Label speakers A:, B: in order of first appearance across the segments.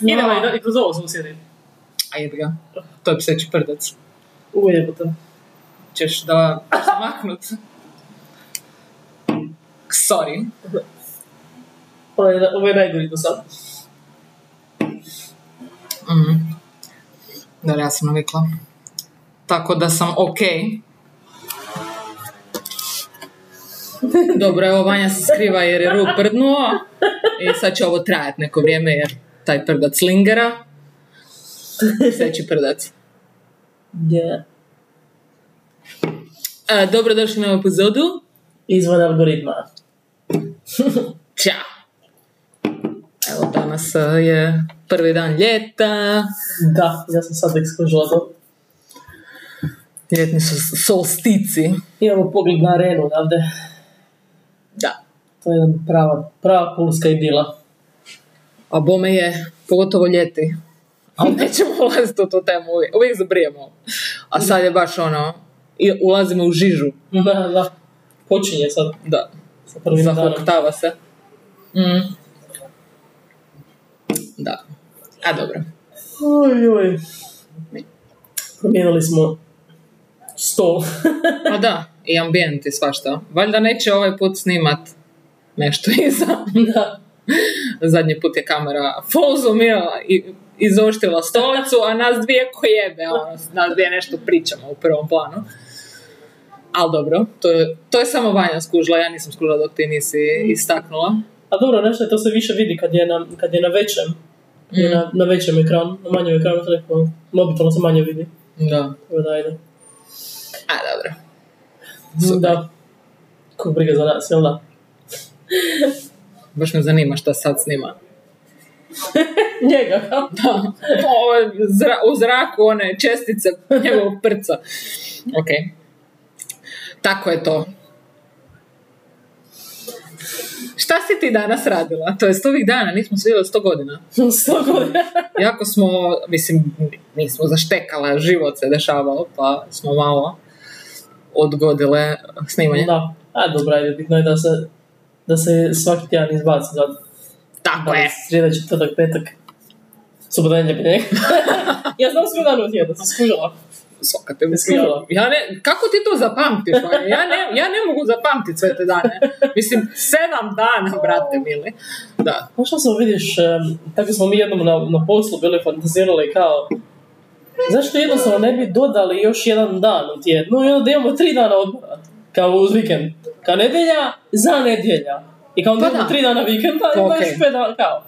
A: E, nema, i kroz ovo smo sjeli.
B: A jebi ga. To je pseći prdac.
A: Ujebote.
B: Ćeš da zamaknut. Sorry.
A: Ovo je, ovo je najgori do sad.
B: Mm. Dobro, ja sam navikla. Tako da sam ok. Dobro, evo Vanja se skriva jer je ruk prdnuo. I sad će ovo trajati neko vrijeme jer taj prdac lingera. Sveći prdac.
A: Yeah.
B: E, dobrodošli na ovu epizodu.
A: Izvan algoritma.
B: Ćao! Evo, danas e, je prvi dan ljeta.
A: Da, ja sam sad tek skužila to.
B: Ljetni su solstici.
A: Imamo pogled na arenu odavde.
B: Da.
A: To je jedna prava, prava pulska idila.
B: A bome je, pogotovo ljeti. Ali nećemo ulaziti u tu temu, uvijek, uvijek zabrijemo. A sad je baš ono, i ulazimo u žižu.
A: Da, da. Počinje sad
B: Da,
A: sa prvim danom.
B: zahoktava se. Mm. Da. A dobro.
A: Oj, oj. Promijenili smo stol.
B: A Pa da, i ambijent i svašta. Valjda neće ovaj put snimat nešto iza.
A: da.
B: Zadnji put je kamera fozumila i izoštila stolicu, a nas dvije ko jebe, ono, nas dvije nešto pričamo u prvom planu. Ali dobro, to je, to je samo Vanja skužila, ja nisam skužila dok ti nisi istaknula.
A: A dobro, nešto je, to se više vidi kad je na, kad je na većem. Kad je na, na većem ekranu, na manjem ekranu, to neko, mobitelom se manje vidi.
B: Da.
A: Evo da, ajde.
B: A dobro.
A: Super. Da. Kog briga za nas, jel da?
B: Baš me zanima šta sad snima.
A: Njega, ja. kao?
B: Da. Pa, Ovo je zra- u zraku one čestice njegovog prca. Ok. Tako je to. Šta si ti danas radila? To je ovih dana, nismo se vidjeli sto godina.
A: Sto godina.
B: Jako smo, mislim, nismo zaštekala, život se dešavao, pa smo malo odgodile snimanje.
A: Da. A dobro, ajde, bitno je da se, da se svaki tjedan izbaci za
B: Tako je.
A: srijeda, četvrtak, petak. Subota, nedjelja, petak. ja znam sve dane u tjednu, sam skužila.
B: Soka te
A: Jesi vidjela?
B: Ja ne, kako ti to zapamtiš? Vanja? Ja ne, ja ne mogu zapamtiti sve te dane. Mislim, sedam dana,
A: Oh.
B: brate mili. Da.
A: Znaš što sam vidiš, em, tako smo mi jednom na, na poslu bili fantazirali kao Zašto jednostavno ne bi dodali još jedan dan u tjednu i onda imamo tri dana odmora, kao uz vikend. Kao nedjelja za nedjelja. I kao onda
B: Pa
A: imamo
B: da.
A: tri dana vikenda i
B: Pa
A: onda
B: okej.
A: još pet dana, kao.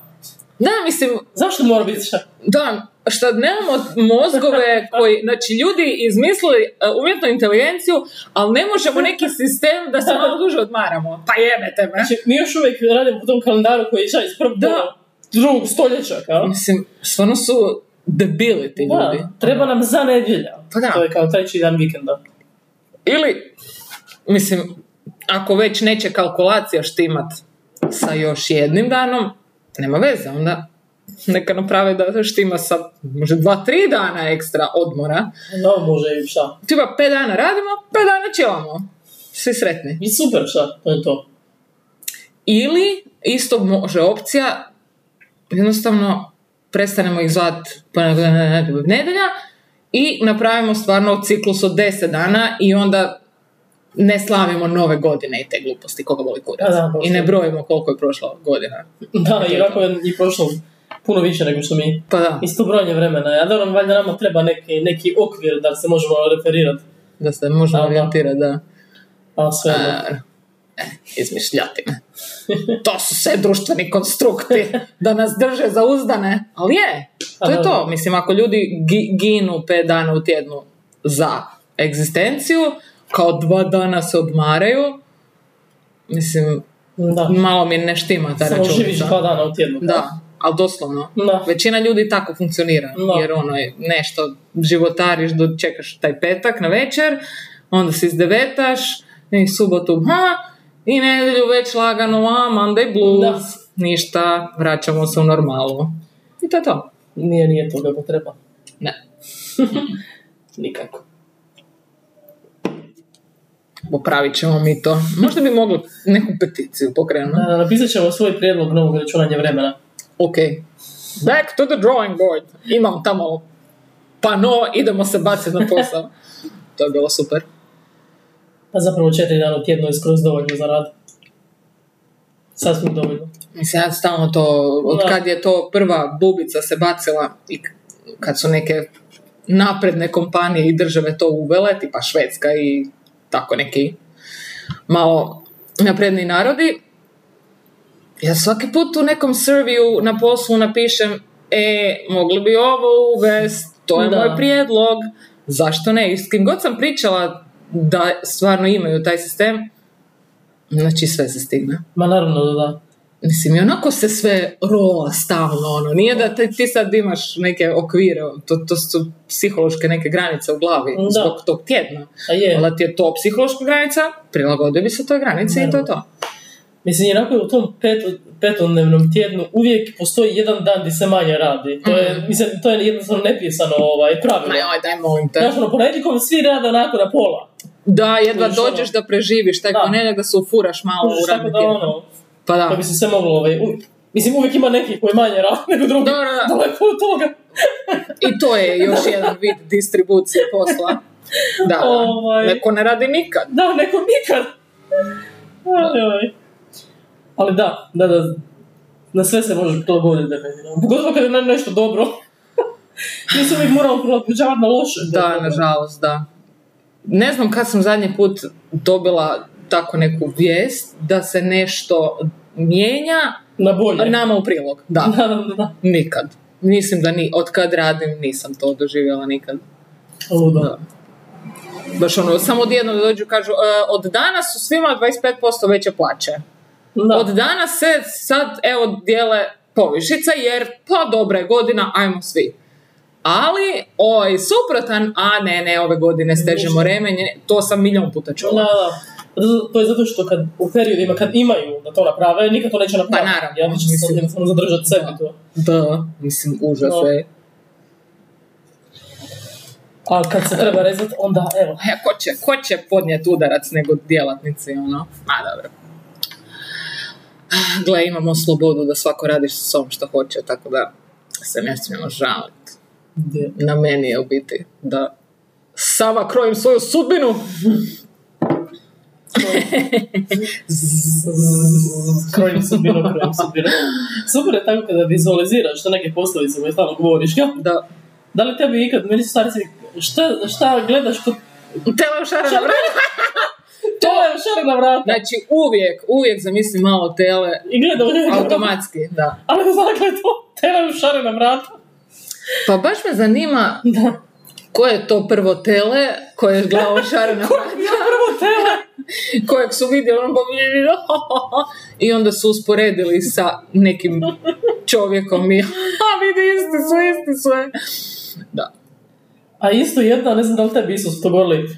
B: Da, mislim,
A: Zašto mora biti šta?
B: da, šta nemamo mozgove koji, znači ljudi izmislili e, umjetnu inteligenciju, ali ne možemo neki sistem da se malo duže odmaramo. Pa jebete me.
A: Znači, mi još uvijek radimo po tom kalendaru koji je čak iz prvog
B: Da.
A: ono, drugog stoljeća, kao.
B: Mislim, stvarno su debili ti
A: Da,
B: ljudi.
A: treba nam za nedjelja.
B: Pa da.
A: To je kao treći dan vikenda.
B: Ili, mislim, ako već neće kalkulacija štimat sa još jednim danom, nema veze, onda neka naprave da štima sa možda dva, tri dana ekstra odmora.
A: Da, može i šta.
B: Tipa, pet dana radimo, pet dana čelamo. Svi sretni.
A: I super šta, to je to.
B: Ili, isto može opcija, jednostavno prestanemo ih zvat ponedjeljak, ponedjeljak, nedelja i napravimo stvarno ciklus od 10 dana i onda ne slavimo nove godine i te gluposti, koga voli kurac.
A: A da,
B: I ne
A: pošto.
B: brojimo koliko je prošla godina.
A: Da, i ovako je i prošlo puno više nego što mi.
B: Pa da,
A: Isto brojanje vremena. A dobro, valjda nama treba neki, neki okvir da se možemo referirati.
B: da se možemo
A: Da, da.
B: orijentirati, da.
A: A pa sve ono. jedno.
B: A, e, izmišljatine. To su sve društveni konstrukti da nas drže za uzdane, ali je, to
A: A,
B: je
A: da,
B: to. Mislim, ako ljudi gi- ginu pet dana u tjednu za egzistenciju, kao dva dana se odmaraju, mislim,
A: Da.
B: malo mi ne štima ta
A: Samo živiš dva
B: računica.
A: dana u tjednu.
B: Da, ali doslovno.
A: Da.
B: Većina ljudi tako funkcionira,
A: Da.
B: jer ono je nešto, životariš, do, čekaš taj petak na večer, onda se izdevetaš, i subotu, ha, i nedjelju već lagano, a, Monday blues, ništa, vraćamo se u normalu. I to je to.
A: Nije, nije to kako treba.
B: Ne.
A: Nikako.
B: Popravit ćemo mi to. Možda bi mogli neku peticiju pokrenuti.
A: Da, napisat ćemo svoj prijedlog novog računanja vremena.
B: Ok. Back to the drawing board. Imam tamo pano, idemo se baciti na posao. to je bilo super.
A: Pa zapravo četiri dana u tjednu je skroz dovoljno za rad. Sasvim dovoljno.
B: Mislim, ja stalno to, od
A: Da.
B: kad je to prva bubica se bacila i k- kad su neke napredne kompanije i države to uvele, tipa Švedska i tako neki malo napredni narodi, ja svaki put u nekom serviju na poslu napišem e, mogli bi ovo uvest, to je
A: Da.
B: moj prijedlog, zašto ne? I s kim god sam pričala da stvarno imaju taj sistem, znači sve se stigne.
A: Ma naravno da da.
B: Mislim, i onako se sve rola stalno, ono, nije da te, ti sad imaš neke okvire, to, to su psihološke neke granice u glavi
A: Da.
B: zbog tog tjedna.
A: A je.
B: Onda ti je to psihološka granica, prilagodio bi se toj granici i to je to.
A: Mislim, jednako je u tom petu, petodnevnom tjednu uvijek postoji jedan dan gdje se manje radi. To je, mislim, to je jednostavno nepisano ovaj,
B: Mm. Ma
A: pravilo.
B: joj, daj molim te.
A: Znaš, ono, ponedjeljkom svi rade onako na pola.
B: Da, jedva
A: Kužiš, ono.
B: dođeš da preživiš taj
A: Da.
B: ponedjeljak da se ufuraš malo
A: Kužiš,
B: u
A: tako
B: radni
A: da
B: tjedan.
A: ono,
B: Pa
A: da
B: da.
A: bi se sve moglo, ovaj, u- mislim, uvijek ima neki koji manje radi nego drugi.
B: Da, da, da.
A: Daleko od toga.
B: I to je još jedan vid distribucije posla. Da, da.
A: Ovaj.
B: Neko ne radi nikad.
A: Da, neko nikad. Aj, aj. Ali da, da, da, na sve se može prilagoditi definitivno. Pogotovo kad je na- nešto dobro. Mi se uvijek moramo prilagođavati na loše.
B: Da, nažalost, da. Ne znam kad sam zadnji put dobila tako neku vijest da se nešto mijenja
A: Na bolje.
B: nama u prilog. Da,
A: Da, da, da, da.
B: nikad. Mislim da ni, od kad radim nisam to doživjela nikad.
A: Ludo.
B: Da. Baš ono, samo odjednom da dođu i kažu, "E, od danas su svima 25% veće plaće.
A: Da.
B: Od danas se sad, evo, dijele povišice jer pa dobra je godina, ajmo svi. Ali, oj, suprotan, a ne, ne, ove godine stežemo remenje, to sam milijun puta
A: Da,
B: čula.
A: da. Zato- To je zato što kad u periodima kad imaju da to naprave, nikad to neće napraviti.
B: Pa naravno,
A: Ja će se
B: mislim.
A: jednostavno zadržati sebi
B: Da.
A: to.
B: Da, mislim, užas
A: Da.
B: je.
A: A kad se treba rezati, onda evo.
B: E, ko će, ko će podnijeti udarac nego djelatnici, ono? Ma, dobro. Gle, imamo slobodu da svako radi s sobom što hoće, tako da se ne smijemo žaliti.
A: Gdje?
B: na meni je u biti da sama krojim svoju sudbinu.
A: Krojim sudbinu, krojim sudbinu. Super je tako kada vizualiziraš što neke poslovice koje stalno govoriš. Ja,
B: Da.
A: da li tebi ikad, meni su stari svi, šta, šta gledaš kod...
B: Tele u šarenu
A: Šarenu.
B: vratu.
A: To je šar na vrata.
B: Znači uvijek, uvijek zamislim malo tele.
A: I gleda u njega.
B: Automatski, da.
A: Ali dakle to, teraju šare na vrata.
B: Pa baš me zanima
A: Da.
B: ko je to prvo tele koje je glavom šarena
A: Ja prvo tele.
B: kojeg su vidjeli ono, i onda su usporedili sa nekim čovjekom i a vidi isti su, isti su. e." Da.
A: A isto jedna, ne znam da li tebi isto su to govorili, uh,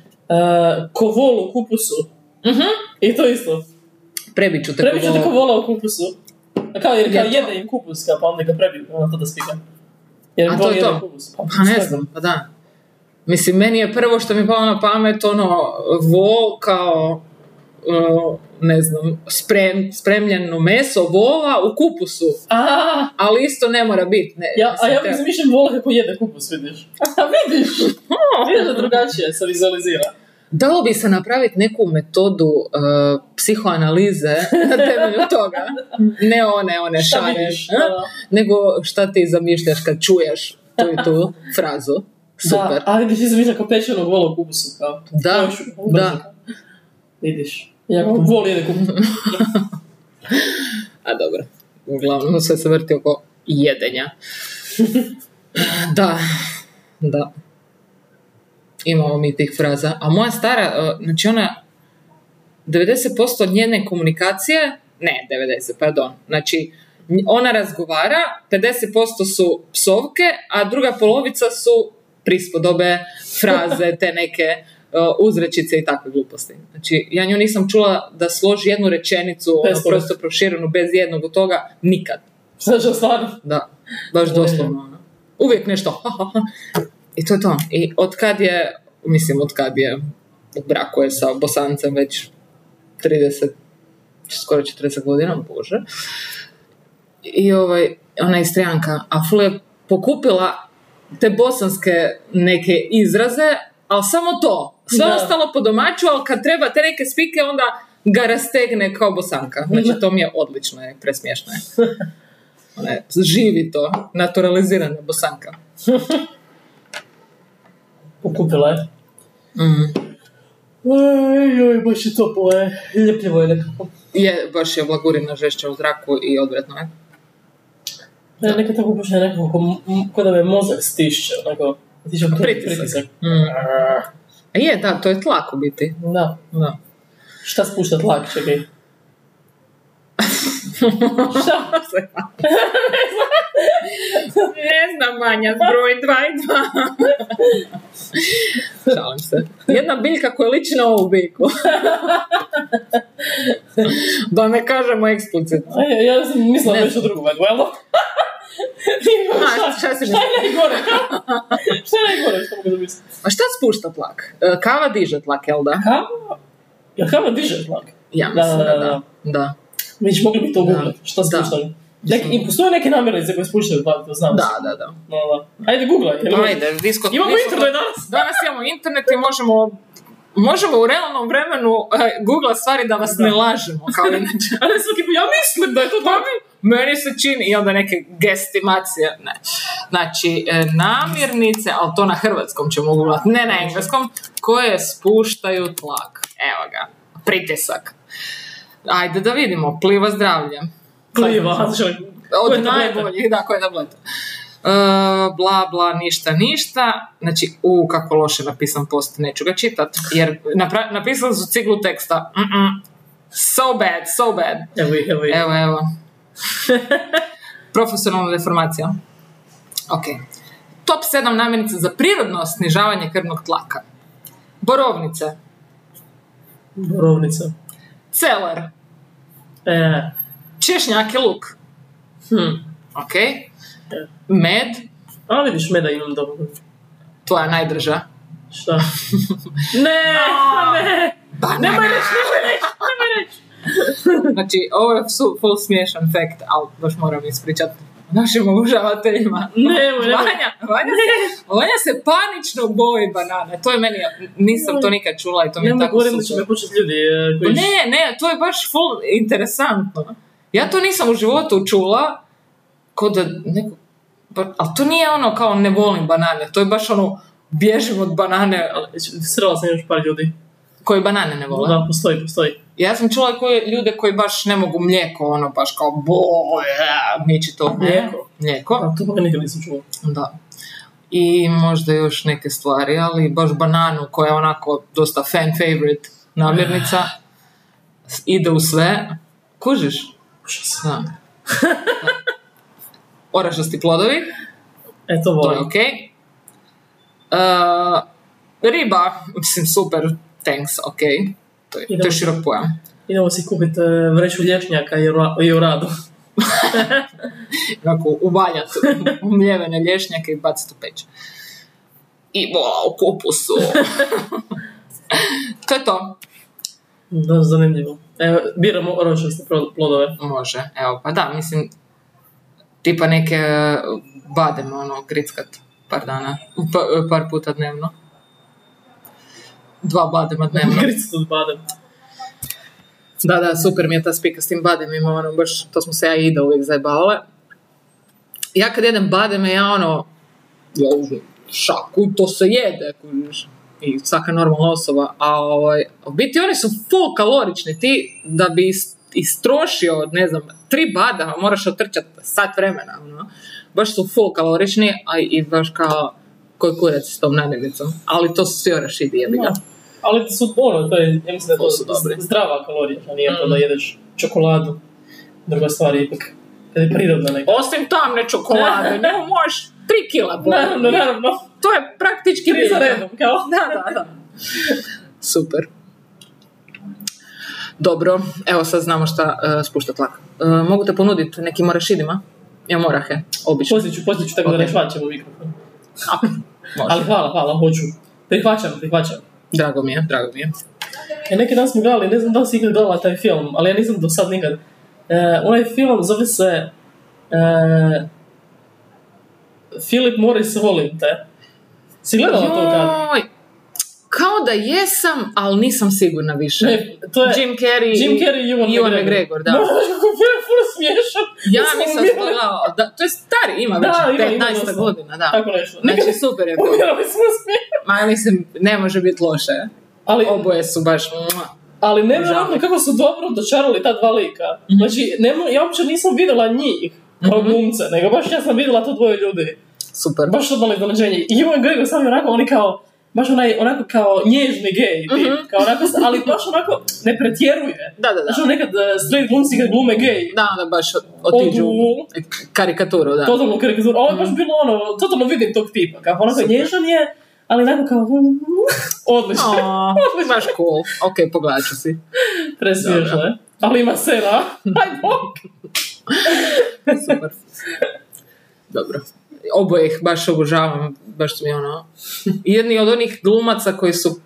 A: ko volu u kupusu. I to isto.
B: Prebit ću te
A: Prebit ću
B: ko
A: te ko
B: volim.
A: vola u kupusu. A Kao jer kao
B: Je to-
A: jede im kupus, kao pa onda ga prebiju, onda to da spika. Jer
B: A
A: voli
B: to je
A: jede
B: to?
A: kupus.
B: Pa ne znam, pa da. Mislim, meni je prvo što mi je palo na pamet ono vol kao uh, ne znam, sprem, spremljeno meso vola u kupusu,
A: Aaa!
B: ali isto ne mora biti. Ne,
A: Ja, Ah, a
B: mislim,
A: ja
B: treba-
A: mislim više vola kako jede kupus, vidiš. A vidiš! Vidiš da drugačije se vizualizira.
B: Dalo bi se napraviti neku metodu uh, psihoanalize na temelju toga. Ne one, one
A: Šta
B: šare,
A: vidiš?
B: eh,
A: Da.
B: nego šta ti zamišljaš kad čuješ tu i tu frazu. Super.
A: Da, ali vidiš, izmišlja kao pečenog vola u kupusu, kao.
B: Da,
A: To je još ubrzo.
B: da.
A: Vidiš. Ja kao vol jede kupus.
B: A dobro, uglavnom sve se vrti oko jedenja. da, da. Imamo mi tih fraza. A moja stara, e, znači ona, 90% od njene komunikacije, ne 90, pardon, znači nj- ona razgovara, 50% su psovke, a druga polovica su prispodobe, fraze, te neke e, uzrečice i takve gluposti. Znači, ja nju nisam čula da složi jednu rečenicu, ono,
A: Bez toga.
B: prosto proširenu, bez jednog od toga, nikad.
A: Znaš, a stvarno.
B: Da, baš doslovno. ono. Uvijek nešto. I to je to. I od kad je, mislim, od kad je u braku je sa bosancem već 30, skoro 40 godina, bože. I ovaj, ona je istrijanka, a Fule je pokupila te bosanske neke izraze, ali samo to. Sve
A: Da.
B: ostalo po domaću, ali kad treba te neke spike, onda ga rastegne kao bosanka. Znači, to mi je odlično, je, presmiješno je. Ona je živi to, naturalizirana bosanka.
A: Pokupila je.
B: Mm.
A: Ej, joj, baš je toplo, je. Ljepljivo je nekako.
B: Je, baš je vlagurina žešća u zraku i odvratno je.
A: Ne, neka tako baš je nekako, ko, m- ko da me mozak stišće, onako. Stišće
B: Pa Pritisak. Mm. A Je, da, to je tlak u biti.
A: Da.
B: Da.
A: Šta spušta tlak, čekaj. Šta?
B: ne znam, manja, broj 2 i 2. Šalim se. Jedna biljka koja liči na ovu biljku. da ne kažemo eksplicitno.
A: A ja, ja sam mislila
B: Ne.
A: nešto drugo, nego, jel da?
B: A, šta si
A: Šta je najgore? šta je najgore što mogu zamisliti?
B: A šta spušta tlak? E, Kava diže tlak, jel da?
A: Kava? Jel kava diže tlak?
B: Ja
A: Da,
B: mislim da,
A: da,
B: da.
A: da.
B: da. da.
A: Mi ćemo mogli bi to
B: Da.
A: googlati, šta
B: Da.
A: spuštaju. Nek, I postoje neke namirnice koje spuštaju tlak, to znam.
B: Da, da, da.
A: No, da. Ajde, googlaj. jel može?
B: Ajde, disko...
A: Imamo
B: disko-
A: internet danas!
B: Danas imamo internet i možemo možemo u realnom vremenu e, googla stvari da vas ne
A: Da.
B: lažemo, kao inače.
A: A ne svaki put, ja mislim da je to tako.
B: Meni se čini, i onda neke gestimacije, ne. Znači, e, namirnice, ali to na hrvatskom ćemo uglavati, ne na engleskom, koje spuštaju tlak. Evo ga, pritisak. Ajde da vidimo, pliva zdravlje.
A: Pliva, znači, to je
B: Od
A: tableta.
B: najboljih, da, koje tableta. E, bla, bla, ništa, ništa. Znači, u, kako loše napisan post, neću ga čitat, jer napra- napisali su ciglu teksta. Mm-mm. So bad, so bad.
A: Evo ih, evo ih.
B: Evo, evo. Profesionalna deformacija. Ok. Top 7 namirnica za prirodno snižavanje krvnog tlaka. Borovnice,
A: Borovnica.
B: celer,
A: E,
B: češnjak i luk.
A: hm.
B: Ok. Med,
A: A vidiš, meda imam dobro.
B: tvoja najdrža.
A: Šta? ne, ne. Nemoj reći, nemoj reći, nemoj reći.
B: Znači, ovo je su full smiješan fact, ali baš moram ispričati našim obožavateljima.
A: Nemoj, nemoj.
B: Vanja, Vanja, se, Vanja se panično boji banana. To je meni, nisam to nikad čula i to mi je
A: Nemoj
B: tako
A: govorim da će
B: super.
A: me početi ljudi e, koji...
B: Ne, ne, to je baš full interesantno. Ja to nisam u životu čula kod nekog... ba- Ali to nije ono kao ne volim banane, to je baš ono bježim od banane
A: Srela sam još par ljudi.
B: koji banane ne vole.
A: Da, postoji, postoji.
B: Ja sam čula koje, ljude koji baš ne mogu mlijeko, ono baš kao boje, mići to
A: Mlijeko?
B: Mlijeko,
A: A, to pa nikad nisam čuo.
B: da. I možda još neke stvari, ali baš bananu koja je onako dosta fan favorite namirnica, s- ide u sve. Kužiš?
A: Užas.
B: Da. Orašasti plodovi,
A: E, to
B: to je
A: volim.
B: ok. Uh, riba, mislim super, thanks, ok. To je, to je širok pojam.
A: Idemo si kupiti vreću lješnjaka i, ora- i oradu.
B: Onako uvaljati u mljevene lješnjake i baciti u peć. I bola u kupusu. to je to.
A: Da, zanimljivo. Evo, biramo orošaste pro- plodove.
B: Može, evo, pa da, mislim, tipa neke e, badem, ono, grickat par dana, pa- eh, par puta dnevno. Dva badema dnevno.
A: Gricu od badem.
B: Da, da, super mi je ta spika s tim bademima, ono, baš, to smo se ja i Ida uvijek zajebavale. Ja kad jedem bademe, ja ono, ja užim, šaku, to se jede, kužiš. I svaka normalna osoba, a ovaj, u biti oni su full kalorični, ti da bi is- istrošio, ne znam, tri bada, moraš otrčati sat vremena, ono. Baš su full kalorični, a i baš kao koji kurac s tom namirnicom. Ali to su svi orašidi, jebi ga.
A: Da. Ali su ono, to je, ja mislim da je to, Mm.
B: To su dobri.
A: zdrava kalorija, a nije to da jedeš čokoladu. Druga stvar je ipak, kad je prirodna neka.
B: Osim tamne čokolade, ne možeš tri kila bolje.
A: Naravno, naravno.
B: To je praktički
A: Tri za
B: bilo.
A: redom, kao.
B: Da, da, da. Super. Dobro, evo sad znamo šta e, spušta tlak. E, mogu te ponuditi nekim morašidima? Ja morahe, obično.
A: Poslije ću, poslije ću tako da
B: Ok.
A: ne švaćem u mikrofon.
B: Može.
A: Ali hvala, hvala, hoću. Prihvaćam, prihvaćam.
B: Drago mi je, drago mi je.
A: E, neki dan smo gledali, ne znam da li si ikad gledala taj film, ali ja nisam do sad nikad. E, onaj film zove se E, Filip Morris, volim te. Si gledala to kad?
B: Joj, kao da jesam, ali nisam sigurna više.
A: Ne, to je
B: Jim Carrey,
A: Jim Carrey i Ewan McGregor.
B: Ewan McGregor, da.
A: No, kako je bio full smiješan.
B: Ja
A: Mislim,
B: nisam
A: umjerali-
B: spogledala, da, to je stari, ima
A: Da,
B: već
A: ima, ima
B: 15
A: dosta.
B: godina, da.
A: Tako nešto. Ne,
B: Znači, super je bilo.
A: umjerali smo smiješan.
B: Ma, mislim, ne može biti loše.
A: Ali,
B: Oboje su baš... mua.
A: ali nevjerojatno
B: Žao. Mhm.
A: kako su dobro dočarali ta dva lika. Znači, nemo, ja uopće nisam vidjela njih kao glumce, nego baš ja sam vidjela to dvoje ljudi.
B: Super.
A: Pa Baš odmah iznenađenje. I Ewan Gregor sam je onako, oni kao, baš onaj, onako kao nježni gej, tip,
B: Mhm.
A: kao onako, ali baš onako ne pretjeruje.
B: Da, da, da.
A: Znači, ono nekad uh, straight glumci kad glume gej,
B: Da, onda baš otiđu u karikaturu, da. Mhm.
A: totalno karikatura. Ovo je baš bilo ono, totalno vidim tog tipa, kako onako
B: Super.
A: nježan je, ali onako kao, odlično,
B: O, baš cool. Ok, pogledat ću si.
A: presmiješno je. eh. Ali ima sena, aj bok.
B: Super. Dobro. Oboje ih baš obožavam, baš su mi ono... Jedni od onih glumaca koji su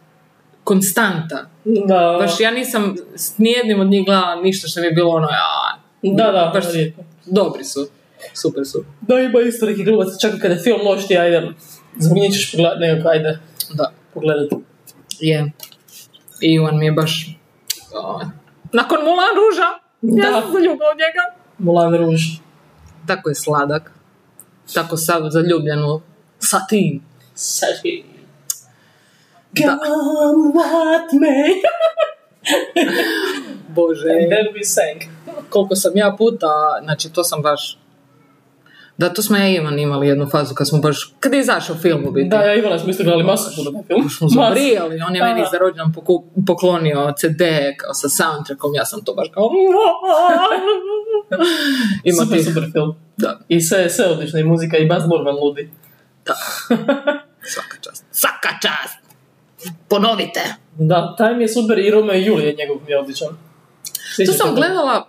B: konstanta.
A: Da,
B: Baš ja nisam s nijednim od njih gledala ništa što mi je bilo ono, ja,
A: da, da,
B: baš-
A: rijetko.
B: dobri su. Super su.
A: Da, ima isto neki glumac, čak i kada je film loš ti, ajde, zbog nje ćeš pogledat nekako, ajde,
B: Da.
A: pogledati.
B: Je. I on mi je baš... o, nakon Mulan Ruža,
A: Da.
B: ja sam zaljubila u njega.
A: Mulan Rouge.
B: Tako je sladak. Tako sav zaljubljen u satin.
A: Saži.
B: Da.
A: Come what may.
B: Bože.
A: And then we sang.
B: koliko sam ja puta, znači to sam baš... Da, to smo ja i Ivan imali jednu fazu kad smo baš... Kad je izašao film u biti.
A: Da, ja Ivana smo isto gledali masu puta taj film.
B: Smo zabrijali, on je
A: Da,
B: meni
A: da.
B: za rođendan poku- poklonio CD kao sa soundtrackom, ja sam to baš kao... Ima
A: Super,
B: tih-
A: super film.
B: Da,
A: I sve, sve odlično, i muzika, i Baz Luhrmann ludi.
B: da. Svaka čast. Svaka čast! Ponovite!
A: Da, taj mi je super i Romeo i Julija njegov mi je odličan.
B: To
A: Sjećaš
B: sam
A: se?
B: gledala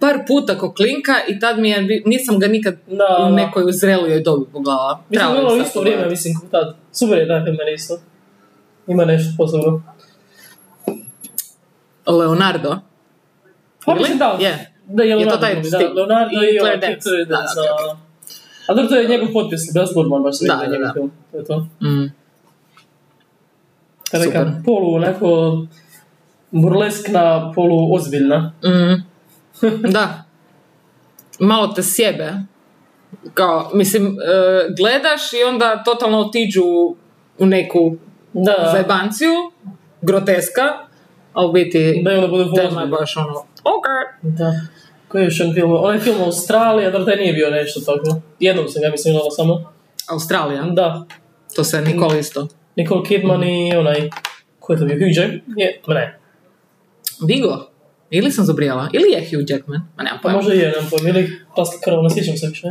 B: par puta ko klinka i tad mi je, bi- nisam ga nikad
A: Da,
B: u
A: da.
B: nekoj uzreljoj dobi pogledala.
A: Mi smo
B: Trebala bi
A: gledali u
B: sad
A: isto
B: pogledat.
A: vrijeme, mislim, kao tad. Super je taj film meni isto. Ima nešto posebno.
B: Leonardo.
A: Pa
B: Ili?
A: mislim, da.
B: Je.
A: Da, je
B: Je to
A: Leonardo,
B: taj
A: da,
B: stil.
A: Leonardo
B: I
A: i
B: Claire
A: ovaj
B: Danes.
A: Claire
B: Da,
A: Danes,
B: da,
A: da, da. A dobro, to je njegov potpis, Baz Luhrmann baš se
B: Da,
A: vidi na
B: da,
A: njegov
B: da.
A: film. To je to.
B: Mm.
A: Ta neka
B: Super.
A: polu onako burleskna, polu ozbiljna.
B: Mm. da. Malo te sjebe. Kao, mislim, e, gledaš i onda totalno otiđu u neku
A: Da,
B: zajebanciju, groteska, a u biti
A: da je onda bude polu
B: tema je
A: ozbiljna.
B: baš ono, ok.
A: Da. Koji je još jedan film? Onaj film Australija, dobro, taj nije bio nešto tako. Jednom sam ga mislim gledala samo.
B: Australija,
A: Da,
B: to se Nikoli isto.
A: Nicole Kidman i onaj... Ko je to bio? Hugh Jack? Je, ma ne.
B: Vigo, ili sam zabrijala, ili je Hugh Jackman, ma nemam
A: Pa
B: pojma.
A: možda i je, nam pojma. Ili Pascal Krv, ne pa sjećam se više.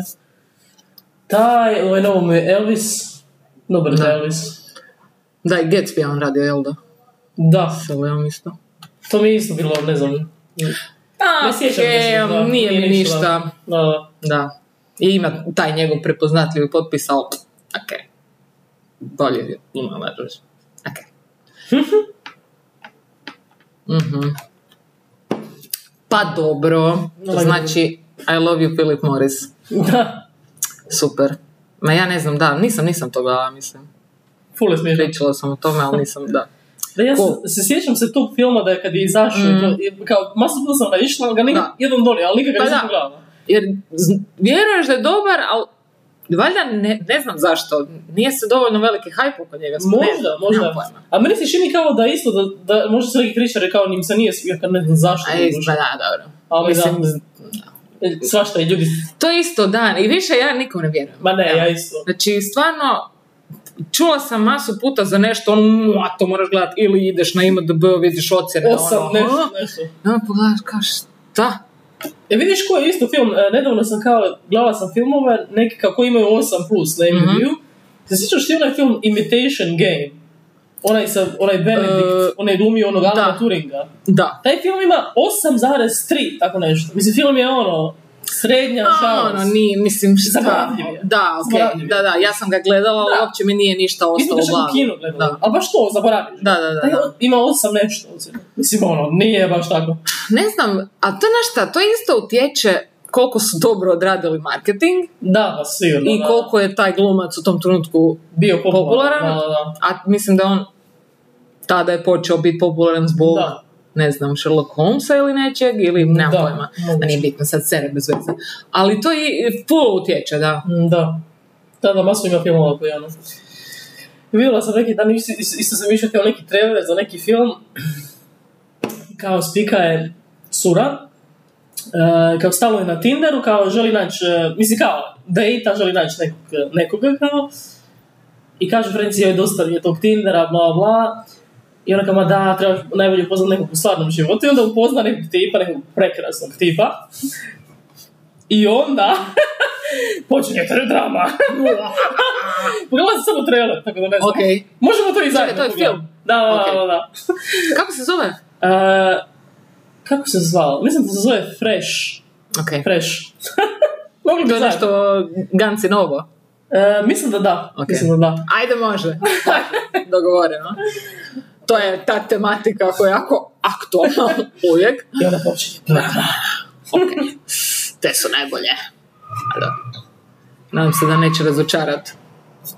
A: Taj, ovaj novo mu je Elvis. Dobar je
B: Da.
A: taj Elvis.
B: Da, i Gatsby je on radio, jel da?
A: Da,
B: Sa Leom isto.
A: to mi je isto bilo, ne znam.
B: A, e,
A: Ne sjećam se. da,
B: Pa, nije mi ništa.
A: Da, da.
B: Da. I ima taj njegov prepoznatljivi potpis, ali ok. Bolje je ima lažeš. Ok. Mhm. Pa dobro.
A: Lagano.
B: Znači, I love you Philip Morris.
A: Da,
B: Super. Ma ja ne znam, da, nisam, nisam to gledala, mislim.
A: ful je smiješan.
B: Pričala sam o tome, ali nisam, da.
A: Da, ja
B: Cool. Mm.
A: se, se sjećam se tog filma da je kad je izašao, i to- i kao, masu puta sam naišla, ali ga nikad,
B: Da.
A: jednom dolje, ali nikad ga
B: Pa
A: nisam
B: da.
A: pogledala.
B: Jer z- vjeruješ da je dobar, ali valjda ne, ne znam zašto. Nije se dovoljno veliki hype oko njega. Ne
A: Možda,
B: znam, nemam
A: možda.
B: pojma.
A: A meni se čini kao da isto, da, da možda se neki kritičar kao njim se nije svio, kad ne znam zašto.
B: A e,
A: doduše.
B: izgleda, da, dobro.
A: Ali da.
B: Mislim,
A: Svašta i ljudi,
B: to je isto dan i više ja nikom ne vjerujem.
A: ma ne,
B: Evo.
A: ja isto.
B: Znači, stvarno, čula sam masu puta za nešto, ono, "Mua, to moraš gledati, ili ideš na IMDB, vidiš ocjene,
A: Osam,
B: ono,
A: nešto,
B: "Ha?"
A: nešto.
B: I onda pogledaš, kao, šta?
A: E vidiš koji je isto film, e, nedavno sam kao, gledala sam filmove, neki kako imaju 8 plus na
B: Mhm.
A: MDB-u. Se sjećaš ti onaj film Imitation Game? Onaj, sa, onaj Benedict,
B: E,
A: onaj glumi onog Alana
B: da.
A: Turinga.
B: Da.
A: Taj film ima 8,3, tako nešto. Mislim, film je ono, srednja
B: A,
A: žalost.
B: ono, ni, mislim, šta?
A: Zaboravljiv je.
B: Da, okej,
A: Zaboravljiv je.
B: da, da, ja sam ga gledala, ali
A: Da.
B: uopće mi nije ništa
A: Mislim
B: ostalo
A: da
B: u
A: sam u
B: glavi.
A: kinu gledala.
B: Da.
A: A baš to, zaboravim.
B: Da, da, da,
A: Taj
B: da.
A: od- ima 8 nešto. ocjena. Mislim, ono, nije baš tako.
B: Ne znam, a to na šta, to isto utječe koliko su dobro odradili marketing
A: Da, pa sigurno.
B: i
A: da.
B: koliko je taj glumac u tom trenutku
A: bio popularan.
B: popularan.
A: Da, da,
B: a mislim da on tada je počeo biti popularan zbog,
A: Da.
B: ne znam, Sherlock Holmesa ili nečeg, ili nemam
A: Da,
B: pojma.
A: moguće.
B: Da nije bitno, sad sere bez veze. Ali to i puno utječe, da.
A: da. Mm, da. Da, da, masu ima filmova koji ono. Vidjela sam neki dan, isto, isto- isto sam išao kao neki trailer za neki film. Kao spika je cura. e, kao stalo je na Tinderu, kao želi naći, e, mislim kao, dejta, želi naći nekog, e, nekoga kao. I kaže Frenci, joj, dosta mi je tog Tindera, bla, bla. I ona kao, ma da, trebaš najbolje upoznat nekog u stvarnom životu. I onda upozna nekog tipa, nekog prekrasnog tipa. I onda počinje tre- drama. Pogledala sam samo trailer, tako da ne znam.
B: Ok.
A: Možemo to i zajedno.
B: to je
A: pogledati.
B: film?
A: Da, da, da,
B: Ok.
A: da, da.
B: Kako se zove?
A: E, kako se zvao? Mislim da se zove Fresh.
B: Ok.
A: Fresh. Mogli bi
B: To je
A: zajedno.
B: nešto Ganci Novo.
A: E, mislim da da.
B: Ok.
A: Mislim da da.
B: Ajde, može. Dogovoreno. To je ta tematika koja je jako aktualna uvijek.
A: I onda počinje drama.
B: Ok. Te su najbolje. A da. Nadam se da neće razočarati.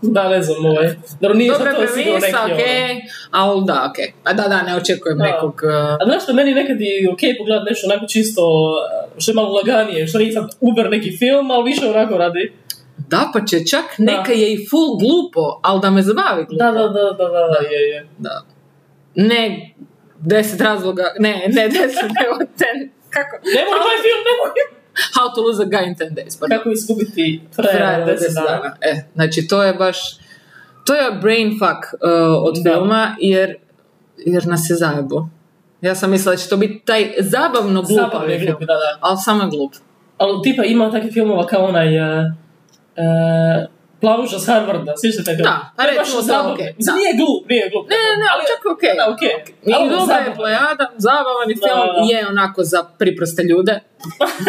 A: Da, ne znam, ovaj. Dobro, nije
B: Dobra
A: zato sigurno neki
B: premisa,
A: ono.
B: ok, ali da, ok. A da, da, ne očekujem
A: Da.
B: nekog... uh,
A: A znaš što, meni nekad je ok pogledat nešto onako čisto, uh, što je malo laganije, što nije sad uber neki film, ali više onako radi.
B: Da, pa će čak neka je i full glupo, ali da me zabavi glupo.
A: Da, da, da, da, da, je, je.
B: Da. Ne deset razloga, ne, ne deset, nego ten, kako?
A: Nemoj taj film, nemoj!
B: How to lose a guy in ten days, pardon.
A: Kako izgubiti frajera
B: Frajer
A: od
B: od
A: 10
B: deset
A: dana.
B: dana. E, znači, to je baš, to je brain fuck uh, od
A: Da.
B: filma, jer, jer nas je zajebo. Ja sam mislila da će to biti taj
A: Zabavno
B: zabavno
A: je
B: glupavi film,
A: glupi, da, da.
B: ali samo je glup.
A: Ali tipa ima takvih filmova kao onaj... Uh, uh, Plavuša s Harvarda, sjećate taj film?
B: Da, pa
A: To je baš
B: recimo da,
A: zabavno.
B: okej,
A: Mislim,
B: da.
A: Nije glup, nije glup.
B: Ne, ne, ne, ali čak ok.
A: Da, okej.
B: I
A: Ali
B: dobra
A: zabavan.
B: je plejada, zabavan je
A: Da,
B: film,
A: da, da.
B: je onako za priproste ljude.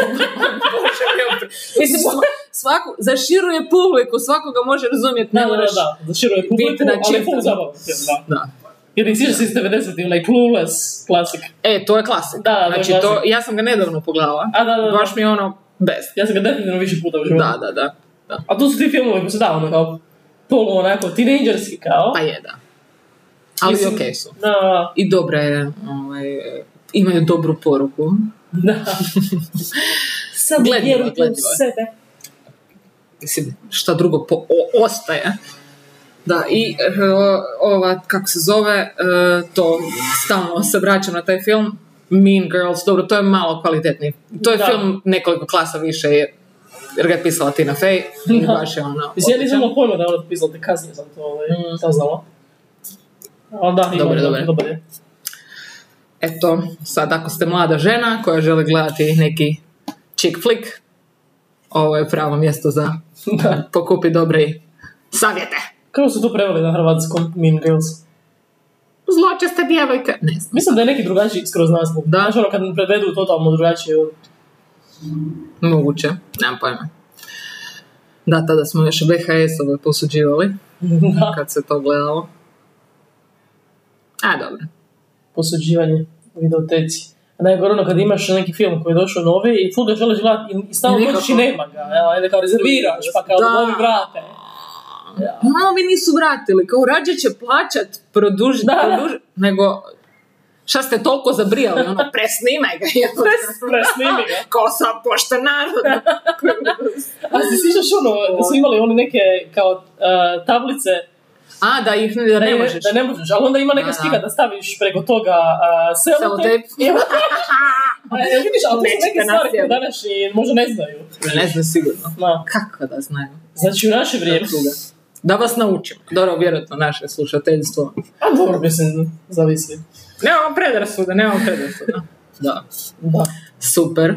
B: Bože, je pri- Mislim, sva- svaku, za širu je publiku, svako ga može razumjeti,
A: Da,
B: ne
A: da,
B: moraš...
A: da, da, za širu je publiku,
B: biti na
A: ali je full
B: čisto.
A: zabavan film, da.
B: Da.
A: Jer ne sjećaš se iz 90-ih, onaj Clueless, klasik.
B: E, to je klasik.
A: Da, da,
B: znači, to,
A: klasik.
B: ja sam ga nedavno pogledala.
A: A, da, da, Mhm. da.
B: Baš mi je ono best.
A: Ja sam ga definitivno više puta u životu.
B: Da, da, da. da.
A: A tu su ti filmove koji su da, ono kao polu onako, tinejdžerski kao.
B: Pa je, da. Ali
A: Mislim,
B: okej su.
A: Da,
B: I dobra je, ovaj, imaju dobru poruku.
A: da. Sad
B: Gledljivo,
A: vjerujte
B: gledljivo
A: u
B: je.
A: sebe.
B: mislim, šta drugo po, o- ostaje. Da, i e, o- ova, kako se zove, e, to stalno se vraćam na taj film, Mean Girls, dobro, to je malo kvalitetni. To je
A: Da.
B: film nekoliko klasa više, jer, jer ga je pisala Tina Fey, i
A: Da.
B: baš je
A: Mislim, ja
B: ono... odličan. Mm-hmm.
A: nisam imala pojma da je ona pisala te kasnije sam to ovaj, saznala. Ali da, ima,
B: Dobar je,
A: ima,
B: dobar je.
A: dobar je.
B: Eto, sad ako ste mlada žena koja želi gledati neki chick flick, ovo je pravo mjesto za
A: Da.
B: pokupi dobre savjete.
A: Kako su to preveli na hrvatskom Mean Girls?
B: Zločeste djevojke. Ne znam.
A: Mislim da je neki drugačiji skroz naslov.
B: Da.
A: Znaš ono kad prevedu totalno drugačije od
B: Moguće, nemam pojma. Da, tada smo još VHS-ove posuđivali,
A: da.
B: kad se to gledalo. A, dobro.
A: posuđivanje u videoteci. A najgore ono kad imaš neki film koji je došao novi i ful ga želiš gledati i, i stalno
B: Nikako.
A: dođeš i nema ga. Evo, ajde kao rezerviraš pa kao
B: Da.
A: da. novi vrate. Ja.
B: Malo mi nisu vratili, kao rađe će plaćat, produžit,
A: Da.
B: produžit, nego... Šta ste toliko zabrijali, ono, presnimaj ga. jebote.
A: Presnimi ga.
B: Kao sa pošta narodna.
A: A se sjećaš ono, da su imali oni neke kao uh, tablice
B: A, da ih da
A: da
B: ne možeš.
A: Da ne možeš, ali onda ima neka
B: Da,
A: stika
B: da.
A: da staviš preko toga uh,
B: Samo
A: selotep.
B: te...
A: A, jel vidiš, ali to su neke
B: Nećete
A: stvari koje
B: nasjeli.
A: današnji možda ne znaju.
B: Ne znam sigurno.
A: Da.
B: Kako da znaju?
A: Znači u naše vrijeme.
B: Druga. Da vas naučim. Dobro, vjerojatno naše slušateljstvo
A: A dobro, mislim, zavisi.
B: Nemamo predrasuda, nemamo predrasuda. Da.
A: Da.
B: Super.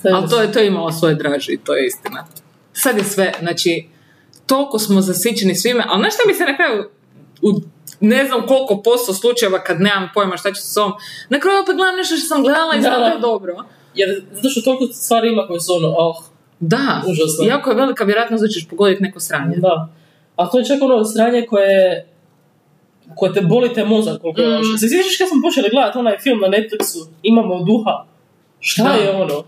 A: Znači,
B: Ali to je, to je imalo svoje draži, to je istina. Sad je sve, znači, toliko smo zasićeni svime, ali znaš šta mi se na kraju, u ne znam koliko posto slučajeva kad nemam pojma šta ću s ovom, na kraju opet gledam nešto što sam gledala i
A: Da,
B: znam
A: da.
B: da je dobro.
A: Jer, zato što toliko stvari ima koje su ono, oh,
B: Da,
A: Užasno.
B: jako je velika vjerojatnost da ćeš pogoditi neko sranje.
A: da. A to je čak ono sranje koje koje te boli te mozak koliko je
B: Mm.
A: loše. Se sjećaš kad smo počeli gledati onaj film na Netflixu, imamo duha. Šta
B: Da.
A: je ono?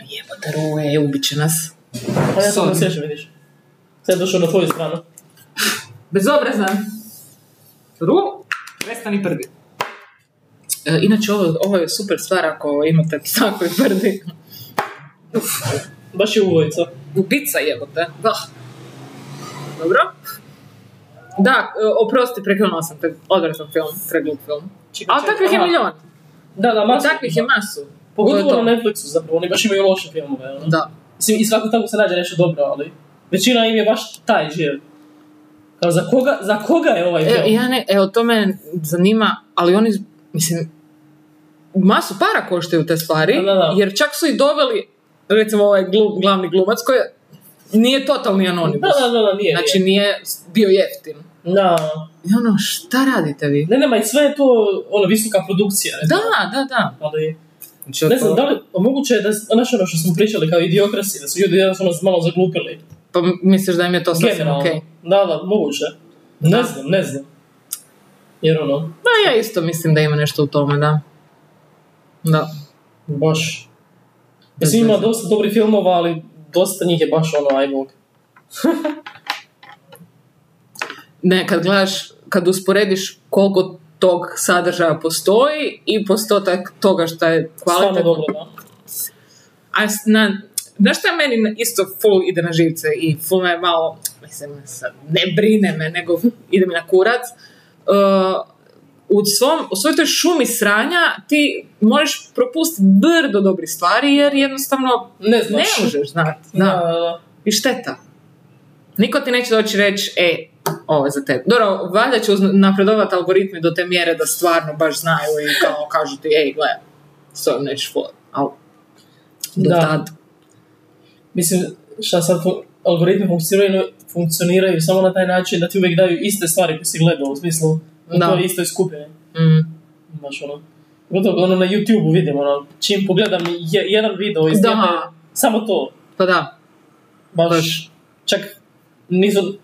B: jebote ruje, e, ubit će nas.
A: A Pa ja to
B: Sorry.
A: ne sjećam, vidiš. Sad je došao na tvoju stranu.
B: Bezobrazan. Ru, prestani prvi. E, inače, ovo, ovo je super stvar ako imate tako i prvi.
A: Baš je uvojica.
B: Gubica jebote. Da. Dobro. Da, e, oprosti, prekinula sam te. Odvratan film, preglup film.
A: Čekaj,
B: Ali
A: čekaj,
B: takvih je
A: aha.
B: milion.
A: Da, da, masu.
B: Takvih je masu.
A: Pogotovo
B: Gotovo.
A: na Netflixu zapravo, oni baš imaju loše filmove. ono.
B: Da.
A: Mislim, i svako tako se nađe nešto dobro, ali većina im je baš taj žir. Kao za koga, za koga je ovaj
B: E,
A: film?
B: ja ne, evo, to me zanima, ali oni, mislim, masu para koštaju te stvari,
A: Da, da, da.
B: jer čak su i doveli, recimo ovaj glu- glavni glumac koji je- nije totalni anonimus.
A: Da, da, da, da, nije.
B: Znači
A: Znači...
B: nije bio jeftin.
A: Da.
B: I ono, šta radite vi?
A: Ne, ne, ma i sve je to ono, visoka produkcija. recimo.
B: Da, da, da.
A: Ali,
B: Znači,
A: ne znam,
B: to-
A: da li, a moguće je da, znaš ono što smo pričali kao idiokrasi, da su ljudi jednostavno malo zaglupili.
B: Pa misliš da im je to sasvim
A: Generalno.
B: okej?
A: Da, da, moguće. Ne
B: Da.
A: znam, ne znam. Jer ono,
B: Da, ja isto mislim da ima nešto u tome, da. Da.
A: baš... Mislim, ima dosta dobrih filmova, ali dosta njih je baš ono, aj bog.
B: Ne, kad gledaš, kad usporediš koliko tog sadržaja postoji i postotak toga što je
A: Stvarno
B: kvalitetno.
A: dobro, da.
B: A s- na, znaš šta meni na- isto full ide na živce i full me malo, mislim, sad ne brine me, nego ide mi na kurac. Uh, u, svom, u svoj toj šumi sranja ti možeš propustiti brdo dobrih stvari jer jednostavno
A: Ne znaš.
B: ne možeš znati.
A: Da,
B: Da.
A: da, da.
B: I šteta. Niko ti neće doći reći, e, ovo je za te. Dobro, valjda će uzna- napredovat algoritmi do te mjere da stvarno baš znaju i kao kažu ti, ej, gle, s ovim nećeš full. Al, do
A: Da.
B: tad.
A: Mislim, šta sad, fun- algoritmi funkcioniraju, funkcioniraju samo na taj način da ti uvijek daju iste stvari koje si gledao, u smislu, u
B: Da.
A: toj istoj skupini.
B: Mm.
A: Znaš, ono, gotovo ono na YouTube-u vidim, ono, čim pogledam je, jedan video iz
B: Da.
A: jedne, samo to,
B: Pa da,
A: baš,
B: Baš.
A: čak nisu,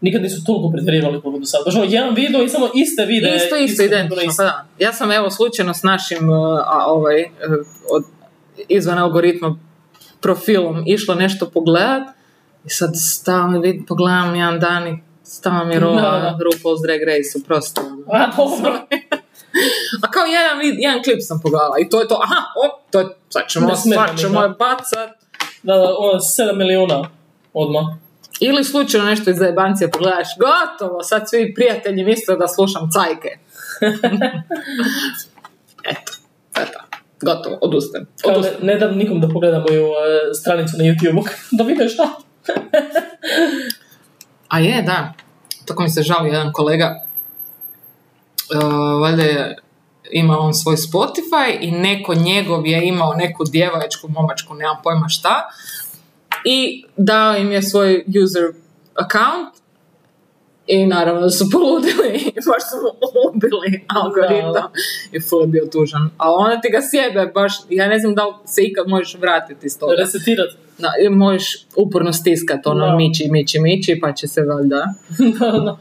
A: nikad nisu toliko pretjerivali koliko do sad. Baš ono, jedan video i samo iste vide.
B: isto, isto, identično,
A: isto.
B: pa da. Ja sam evo slučajno s našim, uh, a, ovaj, uh, od, izvan algoritma profilom išla nešto pogledat i sad stalno vidim, pogledam jedan dan i stalno mi
A: Da,
B: rola
A: da.
B: RuPaul's Drag Race, prosto. ono.
A: A, dobro.
B: A kao jedan, vid- jedan klip sam pogledala i to je to, aha, op, to je, sad ćemo,
A: Ne smeta
B: sad
A: mi,
B: ćemo
A: da.
B: je bacat.
A: Da, da, ono, 7 miliona odmah.
B: Ili slučajno nešto iz zajebancije pogledaš, gotovo, sad svi prijatelji misle da slušam cajke. Eto, to je to. Gotovo, odustajem.
A: Kao
B: odustajem.
A: ne, ne dam nikom da pogleda moju e, stranicu na YouTube-u da vide šta.
B: A je, da. Tako mi se žali jedan kolega. Uh, valjda je ima on svoj Spotify i neko njegov je imao neku djevojačku, momačku, nemam pojma šta. I dao im je svoj user account i naravno da su poludili, baš su mu ubili algoritam i full je bio tužan. A onda ti ga sjebe, baš, ja ne znam da li se ikad možeš vratiti iz toga.
A: Resetirat.
B: Da, i možeš uporno stiskat ono
A: Da.
B: mići, mići, mići, pa će se valjda...
A: da, da.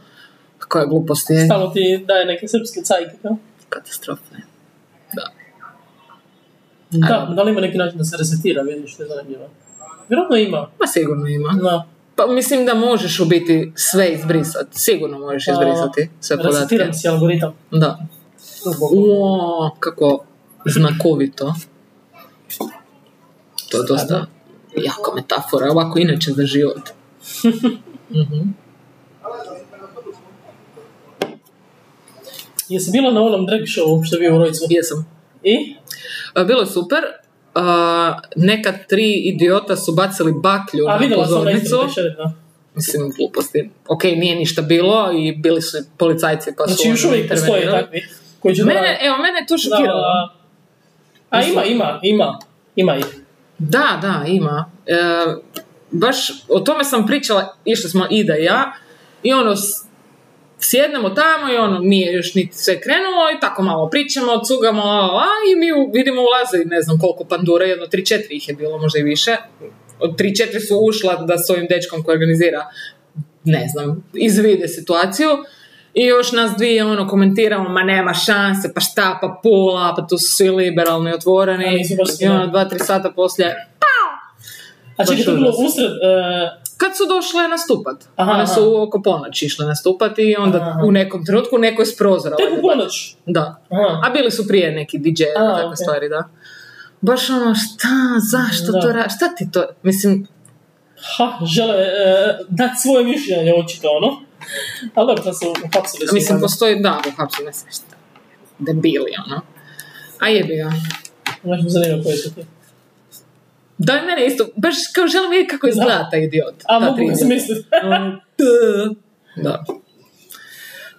B: Koja glupost je.
A: Stalno ti daje neke srpske cajke. kao.
B: Katastrofa je. Da.
A: Da, da li ima neki način da se resetira, vidiš, što je zanimljivo. Vjerojatno ima.
B: Ma sigurno ima.
A: Da.
B: Pa mislim da možeš u biti sve izbrisati. Sigurno možeš
A: Da.
B: izbrisati sve podatke.
A: Resetiram si algoritam.
B: Da. Uo, kako znakovito. To je dosta jako metafora, ovako inače za život. Mhm.
A: Jesi bila na onom drag showu što je bio u Rojcu?
B: Jesam.
A: I?
B: A, Bilo je super. A, neka tri idiota su bacili baklju
A: A
B: na
A: vidjela sam na
B: pozornicu.
A: Instagramu večer, da.
B: Mislim, gluposti. Ok, nije ništa bilo i bili su policajci pa su...
A: Znači još
B: ono
A: uvijek postoje
B: intervenirali.
A: takvi koji će
B: Mene, evo, mene je to
A: da, da,
B: šokiralo. Da,
A: da. A Ah, ima, ima, ima. Ima ih.
B: da, ima. E, baš o tome sam pričala, išli smo Ida i ja i ono, s- sjednemo tamo i ono, nije još niti sve krenulo i tako malo pričamo, cugamo, a, a, i mi u- vidimo ulaze, ne znam koliko pandura, jedno, tri, četiri ih je bilo, možda i više. Od tri, četiri su ušla da s ovim dečkom koji organizira ne znam, izvide situaciju i još nas dvije ono komentiramo, ma nema šanse, pa šta, pa pula, pa tu su svi liberalni otvoreni
A: Ali su baš svi,
B: i ono
A: da.
B: dva, tri sata poslije, pau,
A: A čekaj,
C: Baš
A: to je bilo
C: užas.
A: usred... e,
B: Kad su došle nastupat.
A: Aha,
B: One
A: aha.
B: su oko ponoći išle nastupat i onda
A: Aha.
B: u nekom trenutku neko je s prozora.
A: tek
B: valjda,
A: u ponoć.
B: Da.
A: Aha.
B: A bili su prije neki DJ i
A: A,
B: takve
A: ok.
B: stvari, da. Baš ono, šta, zašto
A: Da.
B: to ra- Šta ti to, mislim,
A: Ha, žele e, dati svoje mišljenje, očito ono. Ali dobro, to su uhapsili su.
B: mislim,
A: valjda.
B: postoji, da, uhapšene se šta. Debili, ono. A jebi ga.
A: Baš me zanima koji su ti.
B: Da, i mene isto, baš kao želim vidjeti kako izgleda taj idiot.
A: A
B: ta
A: mogu
B: tri
A: mi
B: idiota.
A: smisliti.
B: Da.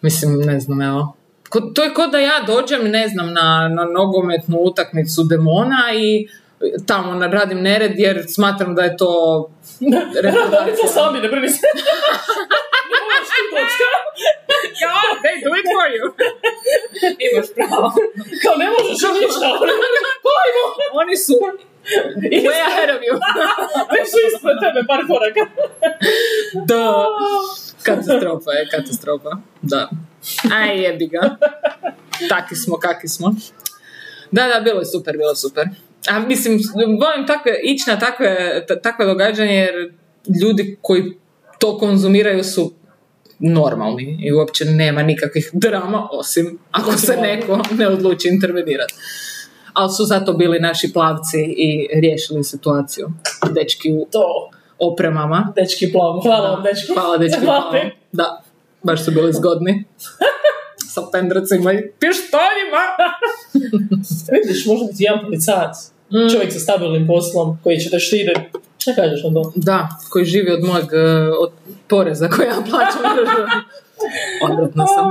B: Mislim, ne znam, evo. Ko, to je kao da ja dođem, ne znam, na, na nogometnu utakmicu demona i tamo na- radim nered jer smatram da je to
A: Radi to
B: reprezentacija.
A: sami, ne brini se. Ne moraš ti doći, kao?
B: God, they do it for you. Imaš pravo.
A: Kao ne možeš ništa. ono. Hajmo,
B: Oni su way ahead of you.
A: već su ispred tebe par koraka.
B: da. Katastrofa je, katastrofa. Da. Aj jebi ga. Taki smo, kaki smo. Da, da, bilo je super, bilo je super. A mislim, volim takve, ići na takve, ta- takve događanje jer ljudi koji to konzumiraju su normalni i uopće nema nikakvih drama osim ako se neko ne odluči intervenirati. Ali su zato bili naši plavci i riješili situaciju. Dečki u
A: To,
B: opremama.
A: dečki plavom. Hvala vam, dečki.
B: Hvala, dečki.
A: Hvala.
B: hvala. Da, baš su bili zgodni. Sa pendracima i pištoljima.
A: Vidiš, može biti jedan policajac.
B: Mm.
A: Čovjek sa stabilnim poslom koji će te štititi. Šta kažeš na to?
B: Da, koji živi od mojeg eh, od poreza koja ja plaćam u državi. Odvratna sam.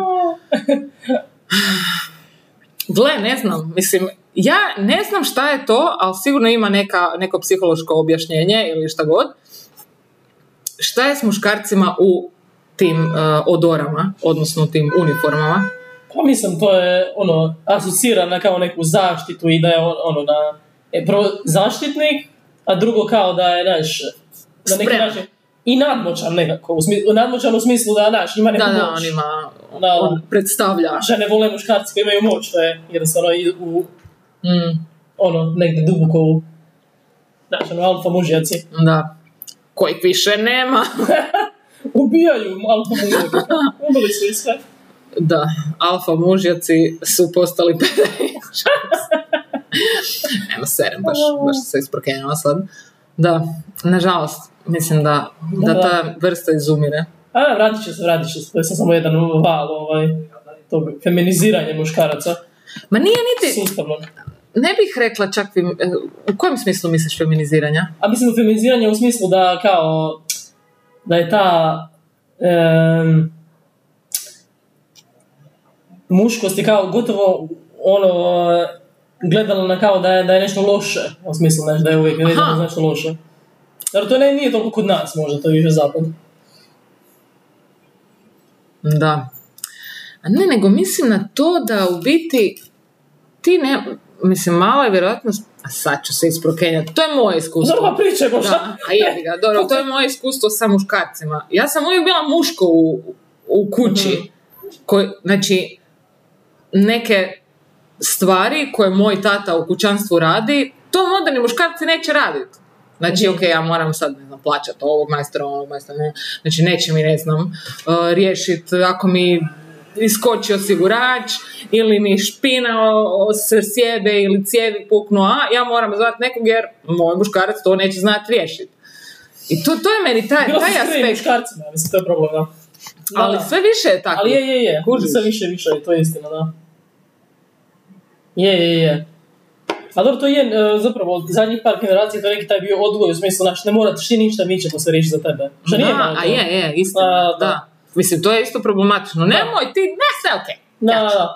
B: Gle, ne znam, mislim, ja ne znam šta je to, ali sigurno ima neka, neko psihološko objašnjenje ili šta god. Šta je s muškarcima u tim eh, odorama, odnosno u tim uniformama?
A: Pa mislim, to je ono, asocira na kao neku zaštitu i da je on- ono na... E, prvo zaštitnik, a drugo kao da je, znaš, na neki
B: Spreman.
A: način i nadmoćan nekako, u smislu, nadmoćan u smislu da, znaš, ima
B: Da,
A: neku
B: da,
A: moć.
B: on ima,
A: Da,
B: on predstavlja.
A: Žene vole muškarci koji imaju moć, to je jednostavno i u,
B: Mm,
A: ono, negdje duboko u, znaš, ono, alfa mužjaci.
B: da. Kojih više nema.
A: Ubijaju alfa mužjaci. Ubili su i sve.
B: Da, alfa mužjaci su postali pederi. Nema serem, baš, baš sam se isprokenjala sad. Da, nažalost, mislim da, da ta vrsta izumire.
A: A, vratit će se, vratit će se, to je sad samo jedan val, ovaj, tog feminiziranje muškaraca.
B: Ma nije niti,
A: Sustavno.
B: ne bih rekla čak, fem- e, u kojem smislu misliš feminiziranja?
A: A mislim da feminiziranje u smislu da kao da je ta em, muškost je kao gotovo ono gledala na kao da je, da je nešto loše. U smislu znaš, da je uvijek gledala
B: Aha.
A: na nešto loše. Jer to ne, nije toliko kod nas možda, to je više zapad.
B: Da. A ne, nego mislim na to da u biti ti ne, mislim, mala je vjerojatnost, a sad ću se isprokenjati, to je moje iskustvo.
A: Zorba priče možda.
B: Da, a jebi ga, dobro, to je moje iskustvo sa muškarcima. Ja sam uvijek bila muško u, u kući. Koji, znači, neke stvari koje moj tata u kućanstvu radi, to moderni muškarci neće raditi.
A: Mhm.
B: Znači, ok, ja moram sad, ne znam, plaćati ovog majstora, ovog majstora, ne. Znači, neće mi, ne znam, uh, riješiti ako mi iskoči osigurač ili mi špina o- o- s sjebe ili cijevi puknu, a ja moram zvati nekog jer moj muškarac to neće znati riješiti. I to, to je meni taj,
A: Bilo se
B: taj
A: sve i
B: aspekt.
A: muškarcima, mislim, to je problem, da. Da,
B: Ali
A: da.
B: sve više je tako.
A: Ali je, je, je.
B: Kužiš?
A: Sve više, više, to je istina, da. Je, je, je. A dobro, to je e, zapravo zadnjih par generacija to je neki taj bio odgoj u smislu, znaš, ne moraš ti ništa, mi ćemo se riješiti za tebe. Što nije
B: da,
A: malo
B: a
A: to.
B: je, je, istina,
A: Da,
B: da,
A: da.
B: Mislim, to je isto problematično. Nemoj ti, ne sve okej.
A: Da,
B: Ja
A: da,
B: ću.
A: da.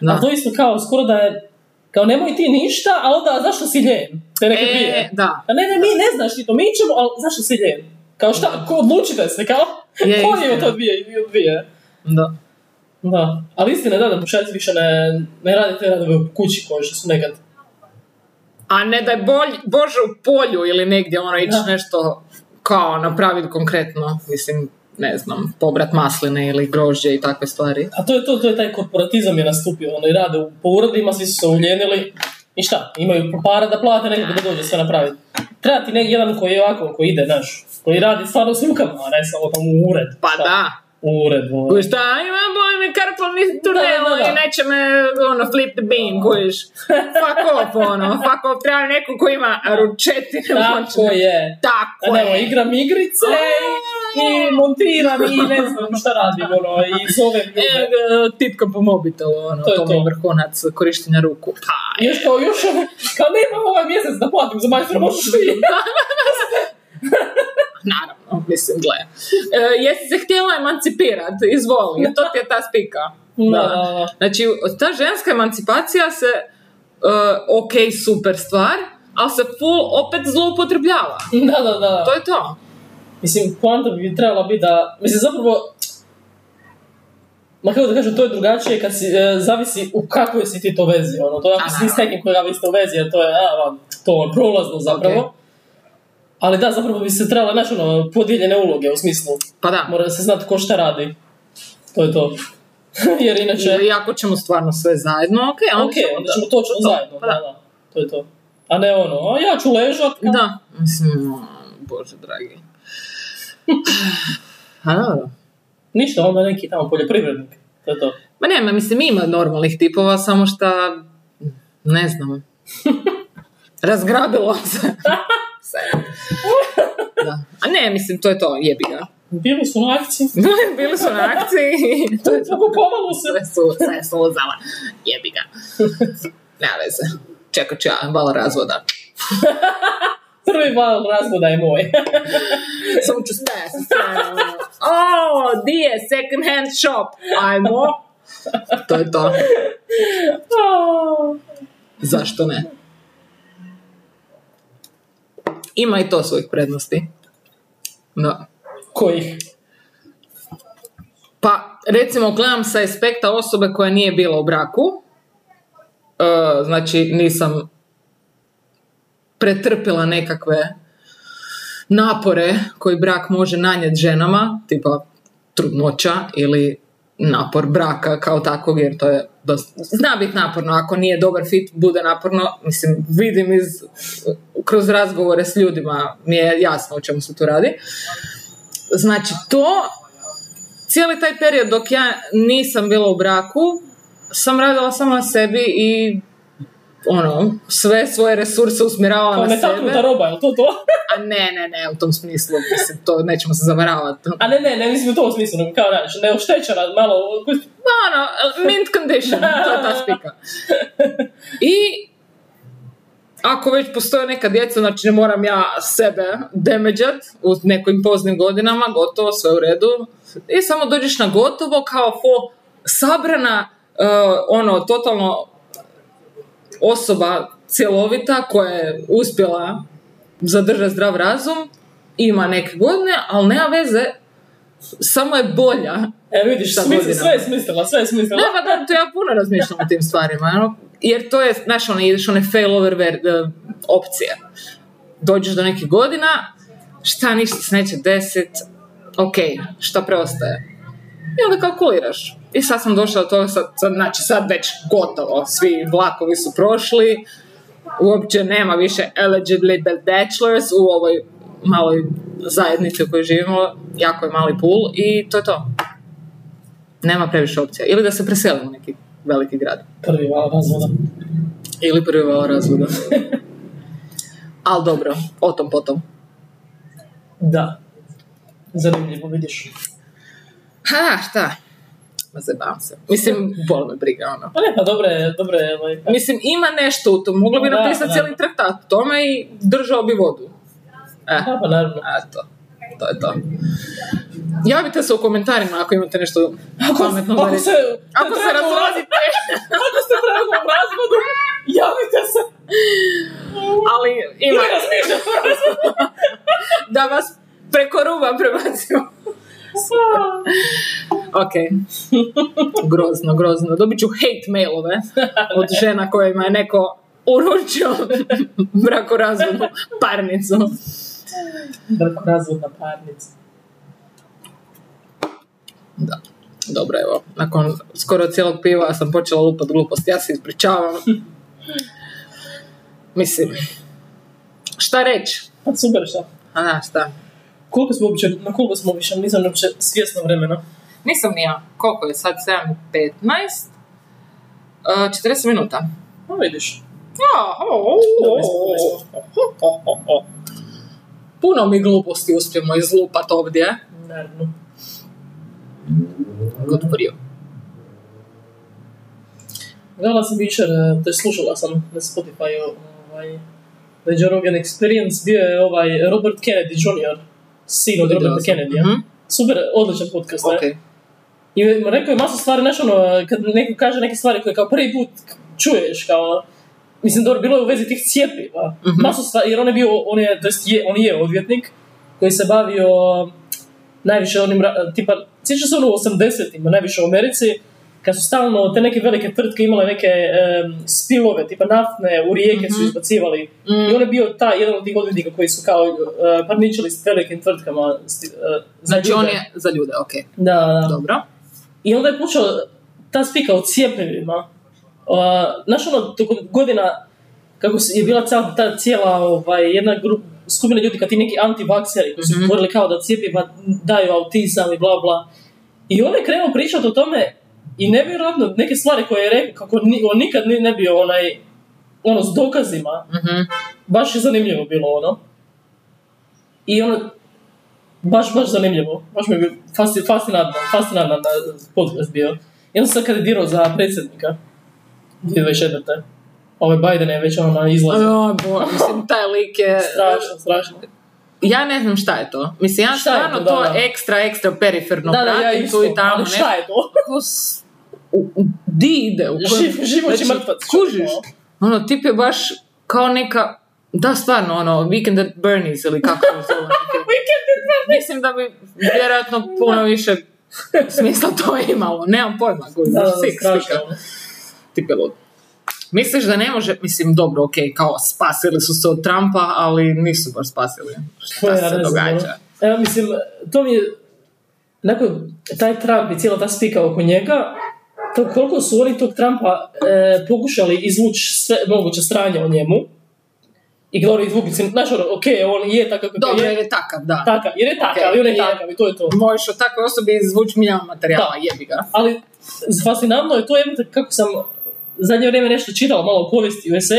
B: Da.
A: A to isto kao skoro da je, kao nemoj ti ništa, a onda zašto si ljen? Te neke
B: E,
A: dvije.
B: da.
A: A ne, ne, mi ne znaš ti to, mi ćemo, ali zašto si ljen? Kao šta, ko odlučite se, kao?
B: Je,
A: Koji je
B: istina.
A: to dvije, dvije?
B: da.
A: Da, ali istina je da, da muškarci više ne, ne rade te radove u kući koji što su nekad.
B: A ne da je bolj- Bože u polju ili negdje ono ići
A: Da.
B: nešto kao napraviti konkretno, mislim, ne znam, pobrat masline ili grožđe i takve stvari.
A: A to je to, to je taj korporatizam je nastupio, ono i rade u, po uredima, svi su se uljenili i šta, imaju para da plate nekog da dođe sve napraviti. Treba ti ne, jedan koji je ovako, koji ide, znaš, koji radi stvarno s rukama, a ne samo tamo u ured.
B: Pa
A: Šta?
B: da.
A: U ured, ono. u
B: Kuš, šta, imam boj mi karpalni tunel
A: Da, da, da.
B: i neće me, ono, flip the beam, kuš. Fuck off, ono, fuck off, treba neko ko ima ručetine
A: Tako je.
B: Tako
A: A ne,
B: je.
A: igram igrice i montiram i ne znam šta radim, ono, i zovem ljude.
B: E, e, tipka po mobitelu, ono,
A: To je
B: to, mi
A: to.
B: je vrhunac korištenja ruku. Pa,
A: I još kao, još, kao nemam ovaj mjesec da platim za majstora, možeš ti.
B: naravno, mislim, gle. E, jesi se htjela emancipirati, izvoli, to ti je ta spika.
A: Da, da, da.
B: Znači, ta ženska emancipacija se, e, ok, super stvar, ali se full opet zloupotrebljava.
A: Da, da, da.
B: To je to.
A: Mislim, poanta bi trebala biti da... Mislim, zapravo... Ma kako da kažem, to je drugačije kad si, e, zavisi u kakvoj si ti to vezi, ono, to je ako
B: A,
A: si s nekim kojega vi ste u vezi, jer to je, a, vam, to je prolazno zapravo.
B: Ok.
A: Ali da, zapravo bi se trebale, znaš, ono, podijeljene uloge, u smislu,
B: Pa da.
A: mora se znati ko šta radi. To je to. jer inače,
B: e, I ako ćemo stvarno sve zajedno, ok, onda
A: ok, onda ćemo točno
B: to,
A: zajedno,
B: pa
A: da,
B: da.
A: da, to je to. A ne ono, a ja ću ležat,
B: Da, mislim, o, bože dragi. A dobro.
A: ništa, onda neki tamo poljoprivrednik, to je to.
B: Ma ne, ma mislim ima normalnih tipova, samo šta, ne znam, razgrabilo se. Sve. Da. A ne, mislim, to je to, jebi ga.
A: Bili su na akciji.
B: Bili su na akciji i to je to.
A: Pokupovalo se.
B: Sve su, sve su uzela. Jebi ga. Nema veze. Čekat ću ja, malo razvoda.
A: Prvi val razvoda je moj.
B: Samo ću staje sa strane. ono, O, di je second hand shop? Ajmo. To je to. Zašto ne? Ima i to svojih prednosti. Da.
A: Kojih?
B: Pa, recimo, gledam sa aspekta osobe koja nije bila u braku. E, znači, nisam pretrpila nekakve napore koji brak može nanijeti ženama, tipa trudnoća ili napor braka kao takvog, jer to je dosta, zna biti naporno, ako nije dobar fit, bude naporno, mislim, vidim iz, kroz razgovore s ljudima mi je jasno o čemu se tu radi. Znači, to cijeli taj period dok ja nisam bila u braku, sam radila samo na sebi i ono, sve svoje resurse usmjeravala
A: Kao
B: na sebe.
A: netaknuta roba, je to to?
B: A ne, ne, ne, u tom smislu, mislim, to nećemo se zavaravati.
A: A ne, ne, ne mislim u tom smislu, nego kao naš, neoštećena, malo...
B: Ma ono, mint condition, to je ta spika. I ako već postoje neka djeca, znači ne moram ja sebe damageat u nekim poznim godinama, gotovo, sve u redu. I samo dođeš na gotovo kao fo sabrana, eh, ono, totalno osoba cjelovita koja je uspjela zadržati zdrav razum, ima neke godine, ali nema veze, samo je bolja
A: E, vidiš,
B: Sa
A: smisli,
B: godinama.
A: sve je smislila, sve je smislila.
B: da, pa da, to ja puno razmišljam o tim stvarima, ono, jer to je, znaš, ono, ideš one failover ver, e, opcije. Dođeš do nekih godina, šta ništa se neće desit, ok, šta preostaje? I onda kalkuliraš. I sad sam došla do toga, sad, sad, znači sad već gotovo, svi vlakovi su prošli, uopće nema više eligible bachelors u ovoj maloj zajednici u kojoj živimo, jako je mali pool i to je to nema previše opcija. Ili da se preselimo u neki veliki grad.
A: Prvi val razvoda.
B: Ili prvi val razvoda. Ali dobro, o tom potom.
A: Da. Zanimljivo, vidiš.
B: Ha, šta? Ma zajebam se. Mislim, bol me briga, ono.
A: Pa ne, pa dobro je, dobro je, ovaj,
B: Mislim, ima nešto u tom. Mogla bi
A: Da,
B: napisati
A: da.
B: cijeli traktat o tome i držao bi vodu. E,
A: da, pa naravno.
B: eto. To je to. Javite se u komentarima ako imate nešto pametno za
A: Ako
B: reći.
A: se,
B: Ako se razlazite,
A: ako se trebamo u razvodu, javite se.
B: ali
A: Ima
B: ima
A: razmišljati o razvodu.
B: da vas preko ruba prebacimo. Ok. Grozno, grozno. Dobit ću hate mailove od žena kojima je neko uručio brakorazvodnu parnicu.
A: Drko razvodna parnica.
B: Da. Dobro, evo, nakon skoro cijelog piva sam počela lupat glupost. Ja se ispričavam. Mislim, šta reći?
A: Pa super šta.
B: A znaš šta?
A: Koliko smo uopće, na koliko smo više, nisam uopće svjesna vremena.
B: Nisam ni ja. Koliko je sad? 7.15? E, 40 minuta.
A: Pa vidiš.
B: Ja, o, o,
A: Dobri
B: o,
A: smo, dobri smo.
B: o, o, o, o. Puno mi gluposti uspijemo izlupat ovdje.
A: Naravno.
B: Good for you.
A: Gledala sam jučer, e, to je slušala sam na Spotify ovaj, The Joe Rogan Experience, bio je ovaj Robert Kennedy Jr., sin od
B: Vidjela
A: Roberta
B: sam.
A: Kennedy.
B: Mhm.
A: Super, odličan podcast. ne?
B: Ok.
A: I rekao je masu stvari, znaš ono, kad neko kaže neke stvari koje kao prvi put čuješ, kao, mislim, dobro, bilo je u vezi tih cijepiva,
B: Mhm.
A: masu stvari, jer on je bio, on je, to jest je, on je odvjetnik koji se bavio najviše onim, ra- tipa, sjećaš se ono u 80-ima, najviše u Americi, kad su stalno te neke velike tvrtke imale neke em, spilove, tipa naftne, u rijeke su
B: Mhm.
A: izbacivali.
B: Mm.
A: I on je bio taj, jedan od tih odvjetnika koji su kao uh, parničili s velikim tvrtkama. s- e, za
B: Znači on
A: ljude.
B: je za ljude, ok.
A: Da, da.
B: Dobro.
A: I onda je počeo ta spika o cijepivima. Uh, znaš ono, tokom godina, kako se- je bila cijela, ta cijela ovaj, jedna grup, skupina ljudi, kad ti neki antivakseri koji su
B: Mhm.
A: govorili kao da cijepiva daju autizam i bla bla. I on je krenuo pričati o tome i nevjerojatno neke stvari koje je rekao kako ni, on nikad ni- ne bio onaj, ono, s dokazima.
B: Mhm.
A: Baš je zanimljivo bilo ono. I ono, baš, baš zanimljivo. Baš mi je bio fasci- fascinantan, fascinantan eh, podcast bio. I onda sam se kandidirao za predsjednika. 2024. Ovaj Biden je već ono izlaz.
B: Joj, bo, mislim, taj lik je...
A: Strašno, strašno.
B: Ja ne znam šta je to. Mislim, ja
A: Šta je
B: stvarno
A: to,
B: to,
A: da, da.
B: ekstra, ekstra periferno
A: da, da, ja
B: pratim
A: isto.
B: tu i tamo.
A: ali šta je to?
B: nekako s- u- u- Di ide? U kojem- Znači,
A: Živ- život je mrtvac,
B: Kužiš?
A: čovječe,
B: Ono, tip je baš kao neka... Da, stvarno, ono, Weekend at Bernie's ili kako se zove. Mislim da bi vjerojatno puno više smisla to imalo. Nemam pojma, kužiš,
A: Da, da, da,
B: sik, slika.
A: strašno.
B: Tip je lud. Misliš da ne može, mislim, dobro, ok, kao spasili su se od Trumpa, ali nisu baš spasili.
A: Pa
B: Šta
A: ja
B: se
A: ne znam,
B: događa?
A: ono. Evo, mislim, to mi je... Nakon, taj Trump i cijela ta spika oko njega, to koliko su oni tog Trumpa e, pokušali izvući sve moguće stranje o njemu, i Glory izvuki, znaš ono, ok, on je takav kakav
B: Dobro, jer
A: je,
B: je takav, da.
A: takav, jer je takav,
B: Ok,
A: i on je
B: je.
A: takav, i to je to.
B: Možeš od takve osobe izvući milijon materijala, jebi ga.
A: Ali fascinantno je to, jebate, kako sam zadnje vrijeme nešto čitala malo o povijesti USA,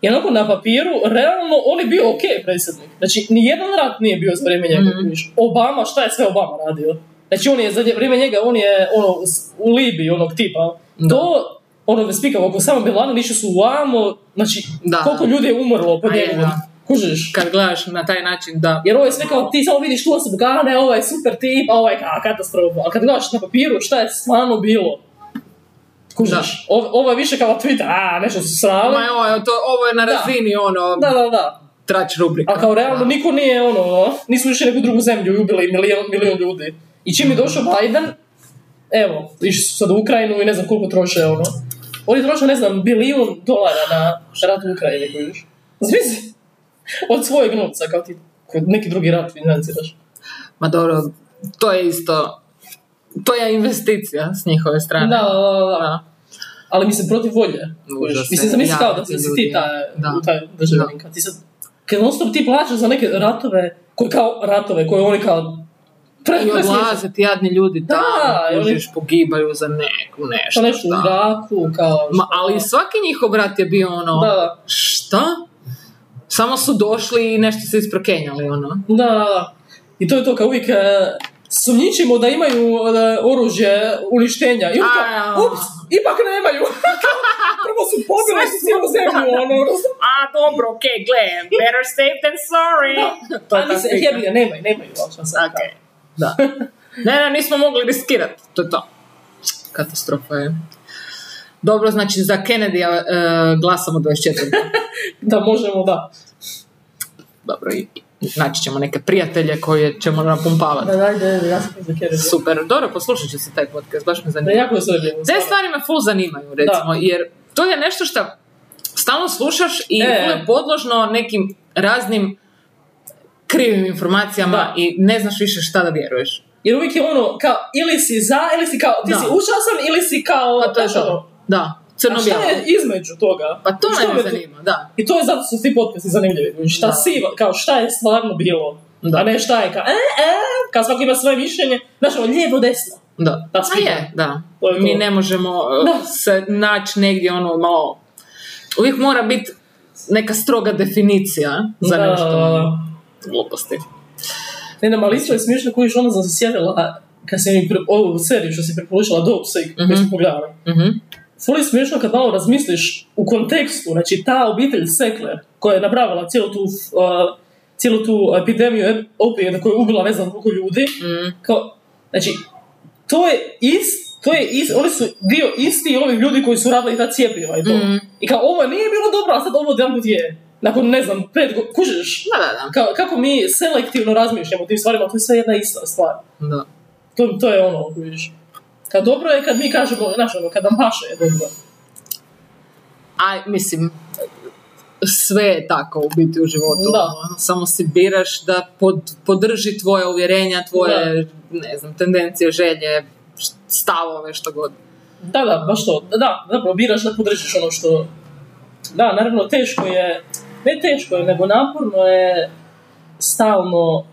A: i onako na papiru, realno, on je bio ok predsjednik. Znači, nijedan rat nije bio za vrijeme njega.
B: Mhm.
A: kužiš. Obama, šta je sve Obama radio? Znači, on je za nje- vrijeme njega, on je ono, s- u Libiji, onog tipa.
B: Da.
A: To, ono, bez pika, oko samo Bin Laden išli su u Amo, znači,
B: Da.
A: koliko ljudi je umrlo po
B: A je,
A: njemu.
B: da.
A: Kužiš?
B: Kad gledaš na taj način, da.
A: Jer ovo je sve kao ti samo vidiš tu osobu, kao ne, ovo je super tip, a ovo je kao katastrofa. Ali kad gledaš na papiru šta je stvarno bilo, kužiš, ovo, ovo je više kao Twitter, a nešto su srali.
B: Ma ovo je, to, ovo je na
A: Da.
B: razini, ono,
A: Da, da, da.
B: trač rubrika.
A: A kao realno
B: Da.
A: niko nije ono, nisu više neku drugu zemlju ubili milijon, milijon ljudi. I čim je došao Biden, evo, išli su sad u Ukrajinu i ne znam koliko troše ono. Oni troše, ne znam, bilijun dolara na rat u Ukrajini, kužiš. Zmisli, od svojeg novca, kao ti koji neki drugi rat financiraš.
B: Ma dobro, to je isto, to je investicija s njihove strane.
A: Da, da, da, da.
B: Da.
A: Ali mislim, protiv volje.
B: Užas
A: Kužiš. mislim,
B: je,
A: zamisli kao da
B: jadni
A: si si
B: ljudi.
A: ti ta,
B: Da.
A: u taj državljenka. Ti sad, kad non stop ti plaćaš za neke ratove, koje kao ratove, koje oni kao... Pre,
B: I
A: presmiješno.
B: odlaze ti jadni ljudi
A: Da, i
B: tamo,
A: oni-
B: kužiš, pogibaju za neku nešto.
A: Što nešto u
B: da.
A: Iraku, kao...
B: Ma, ali svaki njihov brat je bio ono,
A: Da,
B: šta? Samo su došli i nešto se isprokenjali, ono.
A: da, da. I to je to, kao uvijek... e, sumnjičimo da imaju e, oružje uništenja. I onda
B: A,
A: kao, ups, ipak nemaju. Prvo su pobili
B: Sve su-
A: cijelu zemlju, ono, razumiješ?
B: A, dobro, okej, gle, better safe than sorry.
A: Da, ali se, jebi ga, nemaju, nemaju. ali šta sad, kao.
B: Ok, da. Ne, ne, nismo mogli riskirati, to je to. Katastrofa je. Dobro, znači za Kennedy e, glasamo 24.
A: Da, možemo, da.
B: Dobro, i naći ćemo neke prijatelje koje ćemo napumpavati.
A: Da, da, da, da, ja sam za Kennedy.
B: Super, dobro, poslušat ću se taj podcast, baš me
A: Da,
B: zanima.
A: jako je zanimljivo.
B: Te stvari me full zanimaju, recimo, jer to je nešto što stalno slušaš i
A: E.
B: ful je podložno nekim raznim krivim informacijama
A: Da.
B: i ne znaš više šta da vjeruješ.
A: Jer uvijek je ono, kao, ili si za, ili si kao, ti
B: Da.
A: si užasan, ili si kao,
B: Pa to je
A: znaš ono,
B: to. Da.
A: A
B: crno-bijelo.
A: šta je između toga?
B: Pa to
A: Što
B: mene
A: tu-
B: zanima, da.
A: I to je zato su ti potpisi zanimljivi. Znači, Šta
B: Da.
A: siva, kao šta je stvarno bilo.
B: Da.
A: A ne šta je kao, e, e, kao svaki ima svoje mišljenje. Znaš, ono, lijevo, desno.
B: Da.
A: Da,
B: Pa
A: spitam.
B: je, da.
A: To je to.
B: Mi ne možemo eh,
A: Da.
B: se naći negdje ono malo... Uvijek mora biti neka stroga definicija za
A: Da,
B: nešto.
A: da, da.
B: Gluposti.
A: Ne, ne, ali isto je smiješno kojiš ono sam se sjedila kad sam mi pre, ovu seriju što si preporučila Dope Sick,
B: Mhm.
A: koju sam pogledala.
B: Mhm.
A: Ful je smiješno kad malo razmisliš u kontekstu, znači ta obitelj Sekler koja je napravila cijelu tu, uh, cijelu tu epidemiju ep- opijata koja je ubila ne znam koliko ljudi,
B: Mm.
A: kao, znači, to je ist, to je ist, oni su dio isti ovih ljudi koji su radili ta cijepiva i to.
B: Mhm.
A: I kao, ovo nije bilo dobro, a sad ovo odjedanput je. Nakon, ne znam, pet go- kužiš?
B: Da, da, da.
A: Ka- kako mi selektivno razmišljamo o tim stvarima, to je sve jedna ista stvar.
B: da.
A: To, to je ono, vidiš. Kad dobro je kad mi kažemo, znaš ono, kad nam paše je dobro.
B: A, mislim, sve je tako u biti u životu.
A: Da.
B: Ono, Samo si biraš da pod, podrži tvoje uvjerenja, tvoje, ne znam, tendencije, želje, št- stavove, što god.
A: Da, da, baš to. Da, zapravo biraš da podržiš ono što... Da, naravno, teško je, ne teško je, nego naporno je stalno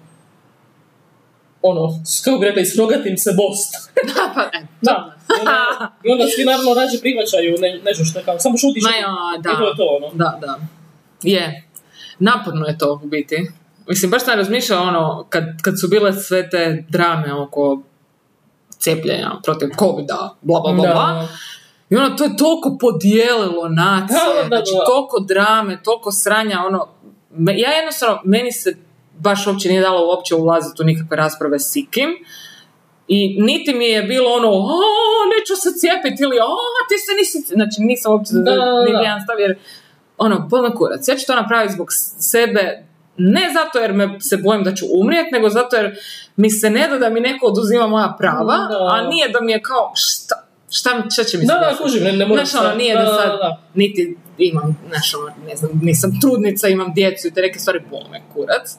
A: ono, s- kako bi rekli, s rogatim se bost.
B: Da, pa, e,
A: Da. I onda, i onda svi naravno rađe prihvaćaju ne, nešto što je kao, samo šutiš.
B: ma ja,
A: I to je
B: da,
A: to, ono.
B: da, da. Je. Naporno je to u biti. Mislim, baš sam razmišljala ono, kad, kad su bile sve te drame oko cijepljenja protiv covid bla, bla, bla, bla. I ono, to je toliko podijelilo nacije,
A: Da, da, da,
B: znači
A: da.
B: toliko drame, toliko sranja, ono, me- ja jednostavno, meni se baš uopće nije dalo uopće ulaziti u nikakve rasprave s ikim. I niti mi je bilo ono, o, neću se cijepiti ili o, ti se nisi, ci-" znači nisam uopće
A: Da, da, da.
B: ni jedan stav, jer ono, polna kurac, ja ću to napraviti zbog s- sebe, ne zato jer me se bojim da ću umrijeti, nego zato jer mi se ne da da mi neko oduzima moja prava,
A: Da.
B: a nije da mi je kao, šta, šta, mi- šta će mi se
A: Da, da,
B: desiti?"
A: kužim, ne, ne moram
B: Znaš, ono,
A: sad-
B: nije
A: da,
B: da,
A: da,
B: sad,
A: da.
B: niti imam, znaš, ono, ne znam, nisam trudnica, imam djecu i te neke stvari, bol me kurac.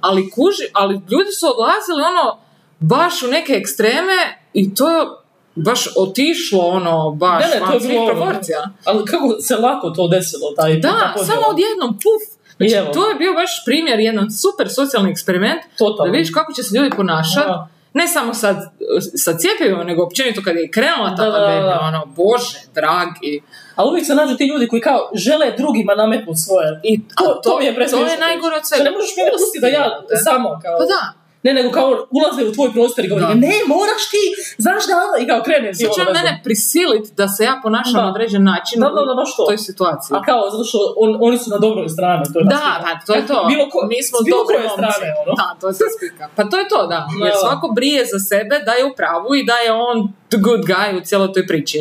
B: Ali kuži, ali ljudi su odlazili, ono, baš u neke ekstreme i to je baš otišlo, ono, baš
A: Ne, ne, to je
B: van svih
A: bilo ono,
B: proporcija.
A: Ali kako se lako to desilo, taj ono,
B: Da,
A: ta podjela?
B: samo odjednom, puf. Znači,
A: I evo.
B: to je bio baš primjer, jedan super socijalni eksperiment,
A: Totalno.
B: da vidiš kako će se ljudi ponašati,
A: Da.
B: ne samo sad e, sa cjepivima, nego općenito kad je krenula ta
A: Da, da, da, da.
B: pandemija, ono, bože, dragi,
A: Ali uvijek se nađu ti ljudi koji kao žele drugima nametnuti svoje.
B: I
A: To,
B: a
A: to, mi je Pa presmiješno.
B: To je najgore od
A: Što
B: svega.
A: Ne možeš mi pustiti da ja samo kao...
B: Pa da.
A: Ne, nego kao ulaze u tvoj prostor i govori
B: Da.
A: ne, moraš ti, znaš da... I kao krene. ti
B: Sad
A: ono,
B: će on
A: ne znam.
B: mene prisilit da se ja ponašam
A: Da.
B: na određen način
A: Da, da, da, baš to.
B: u toj situaciji.
A: A kao, zato što on, oni su na dobroj strani. To je
B: Da,
A: nas-
B: pa to je to.
A: Bilo ko-
B: Mi smo
A: s bilo
B: dobre
A: koje
B: momci.
A: strane, ono.
B: Da, to se spika. Pa to je to, da. Jer
A: Da.
B: svako brije za sebe da je u pravu i da je on the good guy u cijeloj toj priči.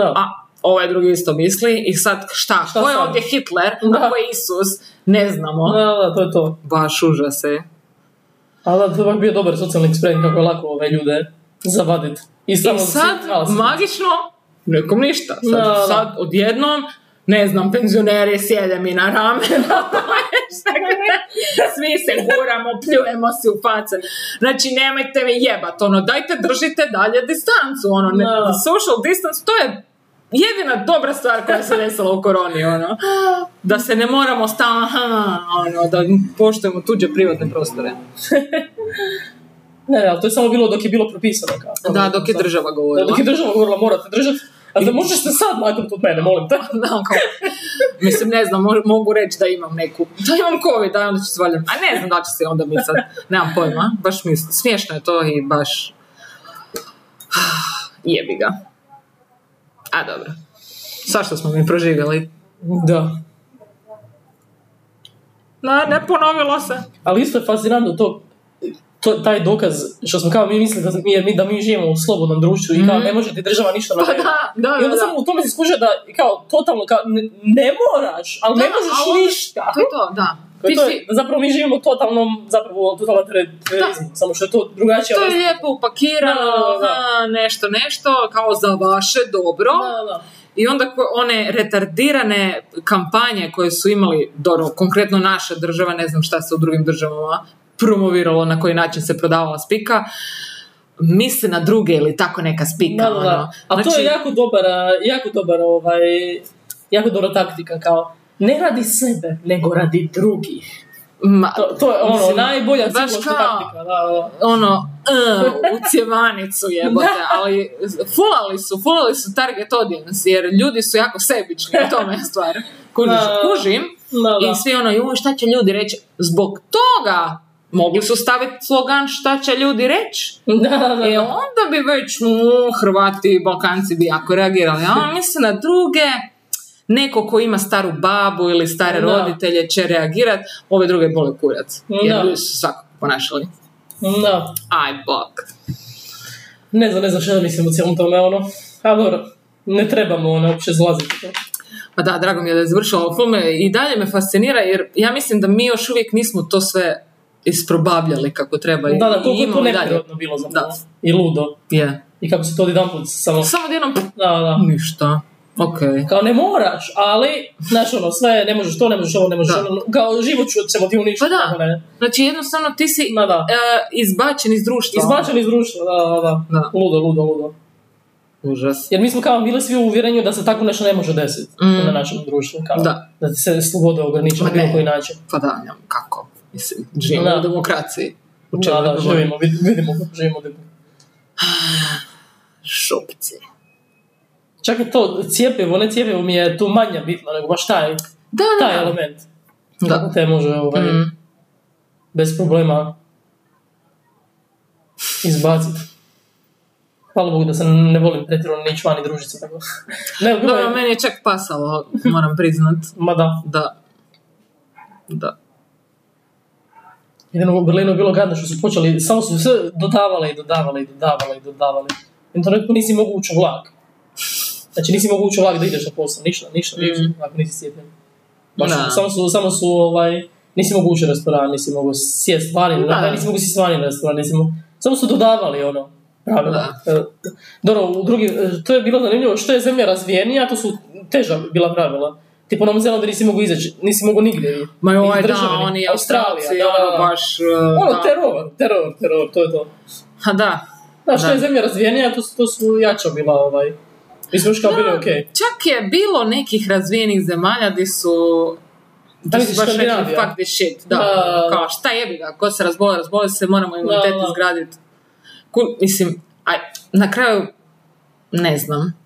A: Da.
B: A ovaj drugi isto misli i sad šta?
A: Šta
B: ko je
A: sad?
B: ovdje Hitler?
A: Da.
B: A ko je Isus? Ne znamo.
A: Da, da, to je to.
B: Baš užas je.
A: A da, to je baš bio dobar socijalni eksperiment kako je lako ove ljude zavaditi. I, samo
B: I
A: da se-
B: sad,
A: malo se-
B: magično, nekom ništa. Sad,
A: Da, da.
B: sad odjednom, ne znam, penzioneri sjede mi na ramena. Svi se guramo, pljujemo se u face. Znači, nemojte mi jebat, ono, dajte, držite dalje distancu, ono, ne,
A: Da.
B: social distance, to je jedina dobra stvar koja se desila u koroni, ono. Da se ne moramo stalno, aha, ono, da poštujemo tuđe privatne prostore.
A: Ne, ne, ali to je samo bilo dok je bilo propisano. Kao,
B: Da, dok je
A: Sad.
B: država
A: Da,
B: govorila.
A: dok je država govorila morate držati, a da možeš se sad maknuti od mene, molim te.
B: Da, kao, mislim, ne znam, mo- mogu reći da imam neku, da imam covid, da onda ću se valjda, a ne znam da će se onda mi sad, nemam pojma, baš mi, smiješno je to i baš, jebi ga. A dobro, svašta smo mi proživjeli.
A: Da.
B: Na, ne ponovilo se.
A: Ali isto je fascinantno to, to, taj dokaz što smo kao mi mislili da mi, jer mi, da mi živimo u slobodnom društvu i kao ne može ti država ništa
B: Mhm. Pa
A: narediti.
B: da, da,
A: I
B: da,
A: onda
B: da.
A: samo u tome se skuže da kao totalno kao ne, ne moraš, ali ne
B: Da,
A: možeš
B: a ovo-
A: ništa.
B: To je to, da.
A: Pa To je
B: Ti
A: to,
B: si-
A: da zapravo mi živimo u totalnom, zapravo totalitarizmu, samo što je to drugačija
B: to je
A: vrsta.
B: lijepo upakirano,
A: Da, da, da.
B: aha, nešto, nešto, kao za vaše dobro.
A: Da, da.
B: I onda ko- one retardirane kampanje koje su imali, dobro, konkretno naša država, ne znam šta se u drugim državama promoviralo, na koji način se prodavala spika, misli na druge ili tako neka spika.
A: Da, da, da.
B: ono.
A: A to
B: Znači,
A: je jako dobar, a, jako dobar, ovaj, jako dobra taktika, kao, ne radi sebe, nego radi drugih.
B: ma-
A: To, to je ono,
B: Mislim,
A: najbolja
B: baš
A: psihološka
B: kao-
A: taktika, da, da.
B: ono, eh, u cjevanicu jebote, ali fulali su, fulali su target audience, jer ljudi su jako sebični, u tome je stvar. Kužiš,
A: Da.
B: kužim,
A: Da, da.
B: i svi ono, joj, šta će ljudi reći? Zbog toga mogli su staviti slogan šta će ljudi reći,
A: Da, da, da.
B: E onda bi već mm, Hrvati i Balkanci bi jako reagirali. A on misli na druge, neko ko ima staru babu ili stare
A: Da.
B: roditelje će reagirati, ove druge bole kurac. Jer
A: Da.
B: ljudi su se svakako ponašali.
A: da.
B: Aj, bok.
A: Ne znam, ne znam šta da mislim o cijelom tome, ono. A dobro, ne trebamo ono uopće zlaziti. to.
B: Pa da, drago mi je da je završila ovo film i dalje me fascinira jer ja mislim da mi još uvijek nismo to sve isprobavljali kako treba. i-
A: Da, da,
B: Ovaj, i
A: koliko je
B: imamo
A: to
B: i dalje.
A: neprirodno bilo za
B: Da.
A: nas. I ludo.
B: Je.
A: I kako se to odjedanput samo...
B: Samo odjednom, pff,
A: Da, da.
B: ništa. Ok.
A: Kao ne moraš, ali, znaš ono, sve, ne možeš to, ne možeš ovo, ne možeš
B: Da.
A: ono, kao život ću se ti uništiti.
B: Pa da.
A: tako ne.
B: Znači jednostavno ti si
A: Da, da.
B: e, izbačen iz društva.
A: Izbačen iz društva, da, da, da.
B: Da.
A: Ludo, ludo, ludo.
B: Užas.
A: Jer mi smo kao bili svi u uvjerenju da se tako nešto ne može desiti
B: Mm.
A: na našem društvu. Kao,
B: Da.
A: da ti se sloboda ograničava
B: Ma
A: na bilo
B: ne.
A: koji način.
B: Pa da, njam, kako? Mislim, živimo
A: Da.
B: u demokraciji. U čemu
A: Da, da,
B: je problem?
A: živimo, vid- vidimo, kako živimo. u demokraciji.
B: Šupci.
A: Čak i to cijepivo, ne cijepivo mi je tu manja bitno, nego baš taj,
B: Da, da,
A: taj
B: da.
A: element.
B: Da.
A: Te može ovaj,
B: Mm.
A: bez problema izbaciti. Hvala Bogu da se ne volim pretjerano ni čvani družice. Tako. Ne, bilo
B: Dobro,
A: je-
B: meni je čak pasalo, moram priznat.
A: Ma da,
B: Da. Da.
A: jedino u Berlinu je bilo gadno što su počeli, samo su sve dodavale i dodavale i dodavale i dodavale. I to nekako nisi mogu ući u vlak. Znači nisi mogu ući u vlak da ideš na posao, ništa, ništa, ništa, ako nisi cijepljen. Baš,
B: Mm. Da.
A: samo su, samo su, ovaj, nisi mogu ući u restoran, nisi mogu sjest vani,
B: Da.
A: da. nisi mogu sjest vani na restoran, nisi mogu, samo su dodavali ono, pravila. E, Dobro, u drugim, e, to je bilo zanimljivo, što je zemlja razvijenija, to su teža bila pravila. Tipo, u Novom Zelandu nisi mogu izaći, nisi mogu nigdje.
B: Ma
A: Iz
B: ovaj, da,
A: države,
B: oni
A: Australija,
B: Australci,
A: da, da,
B: ono
A: da.
B: baš... e,
A: Ono,
B: da.
A: teror, teror, teror, to je to.
B: Ha, da.
A: Da, što
B: Da.
A: je zemlja razvijenija, to su, to su jača bila ovaj. Mi smo još kao bili okej.
B: Čak je bilo nekih razvijenih zemalja gdje su...
A: Da,
B: Da su
A: misliš
B: baš rekli
A: Skandinavija?
B: fuck this shit. Da.
A: Da, da, da.
B: Kao šta jebi ga, ko se razboli, razboli se, moramo imunitet
A: Da, da.
B: izgraditi. Ku- mislim, aj, na kraju, ne znam.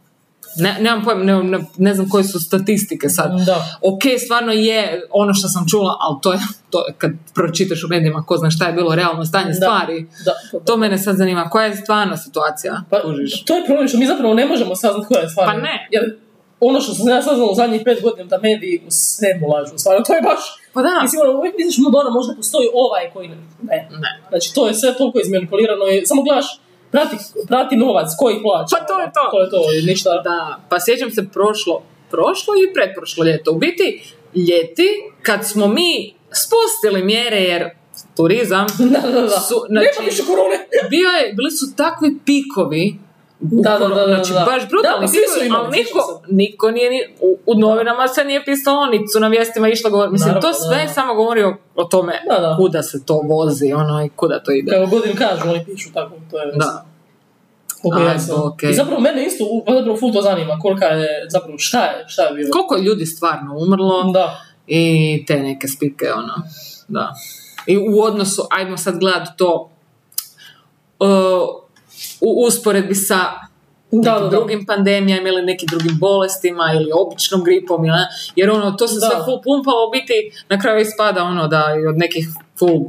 B: Ne, nemam pojma, ne, ne, ne znam koje su statistike sad.
A: Da.
B: Ok, stvarno je ono što sam čula, ali to je, to je kad pročitaš u medijima ko zna šta je bilo realno stanje
A: Da.
B: stvari.
A: Da, da.
B: To mene sad zanima, koja je stvarna situacija?
A: Pa,
B: kužiš?
A: to je problem što mi zapravo ne možemo saznati koja je stvar.
B: Pa ne.
A: Jer ono što sam ja saznala u zadnjih pet godina da mediji u svemu lažu. Stvarno, to je baš...
B: Pa da,
A: Mislim, ono, uvijek misliš, no dobro, možda postoji ovaj koji ne. ne.
B: ne.
A: Znači, to je sve toliko izmanipulirano i samo gledaš, prati, prati novac koji plaća.
B: Pa to je to.
A: To je to, i ništa.
B: Da, pa sjećam se prošlo, prošlo i pretprošlo ljeto. U biti, ljeti, kad smo mi spustili mjere, jer turizam,
A: Da, da, da.
B: Su-
A: Nema
B: znači-
A: više korone.
B: bio je, bili su takvi pikovi, u
A: Da, da,
B: kor-
A: da, da,
B: znači
A: da.
B: baš
A: Da,
B: brutalni
A: pa svi su
B: pikovi,
A: imali,
B: ali niko,
A: sjećam
B: niko nije, ni, u, u novinama se nije pisalo, niti su na vijestima išlo govor. Mislim,
A: Naravno,
B: to sve
A: da, da.
B: samo govori o, o tome
A: Da, da.
B: kuda se to vozi, ono, i kuda to ide.
A: Kako godin kažu, oni pišu tako, to je...
B: Da,
A: Koliko
B: Aj,
A: ja sam.
B: to okej.
A: I zapravo mene isto, u- pa zapravo ful to zanima, kolika je, zapravo šta je, šta je bilo.
B: koliko je ljudi stvarno umrlo,
A: Da,
B: i te neke spike, ono, da. I u odnosu, ajmo sad gledati to uh, u usporedbi sa
A: Da,
B: nekim
A: da, da.
B: drugim pandemijama ili nekim drugim bolestima ili običnom gripom, ili, ne, jer ono, to se
A: Da.
B: sve full pumpalo, u biti na kraju ispada ono da i od nekih full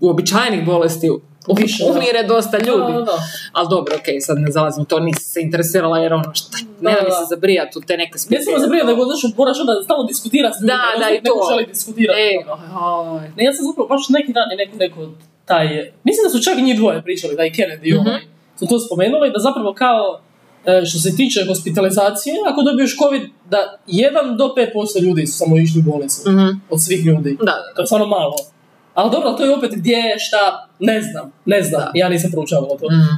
B: uobičajenih bolesti u-
A: Više, da.
B: umire dosta ljudi.
A: Da, da, da.
B: Ali dobro, okej, sad ne zalazim u to, nisam se interesirala jer ono, šta, ne
A: Da,
B: da mi
A: da.
B: se zabrijat u te neke spike.
A: Ne samo zabrinja, nego znaš, moraš onda stalno diskutirati s
B: Da,
A: ljudima,
B: da,
A: znaš,
B: i to.
A: Neko želi diskutirati.
B: Ej,
A: ono.
B: E, oj,
A: Ne, ja sam zapravo baš neki dan je neko rekao taj, mislim da su čak i njih dvoje pričali, da i Kennedy
B: Mhm.
A: i ovaj, su to spomenuli, da zapravo kao e, što se tiče hospitalizacije, ako dobiješ COVID, da 1 do 5% ljudi su samo išli u bolnicu.
B: mhm.
A: Od svih ljudi.
B: Da, da,
A: To je stvarno malo. Ali dobro, to je opet gdje, šta, ne znam, ne znam,
B: Da.
A: ja nisam proučavala to.
B: Mhm.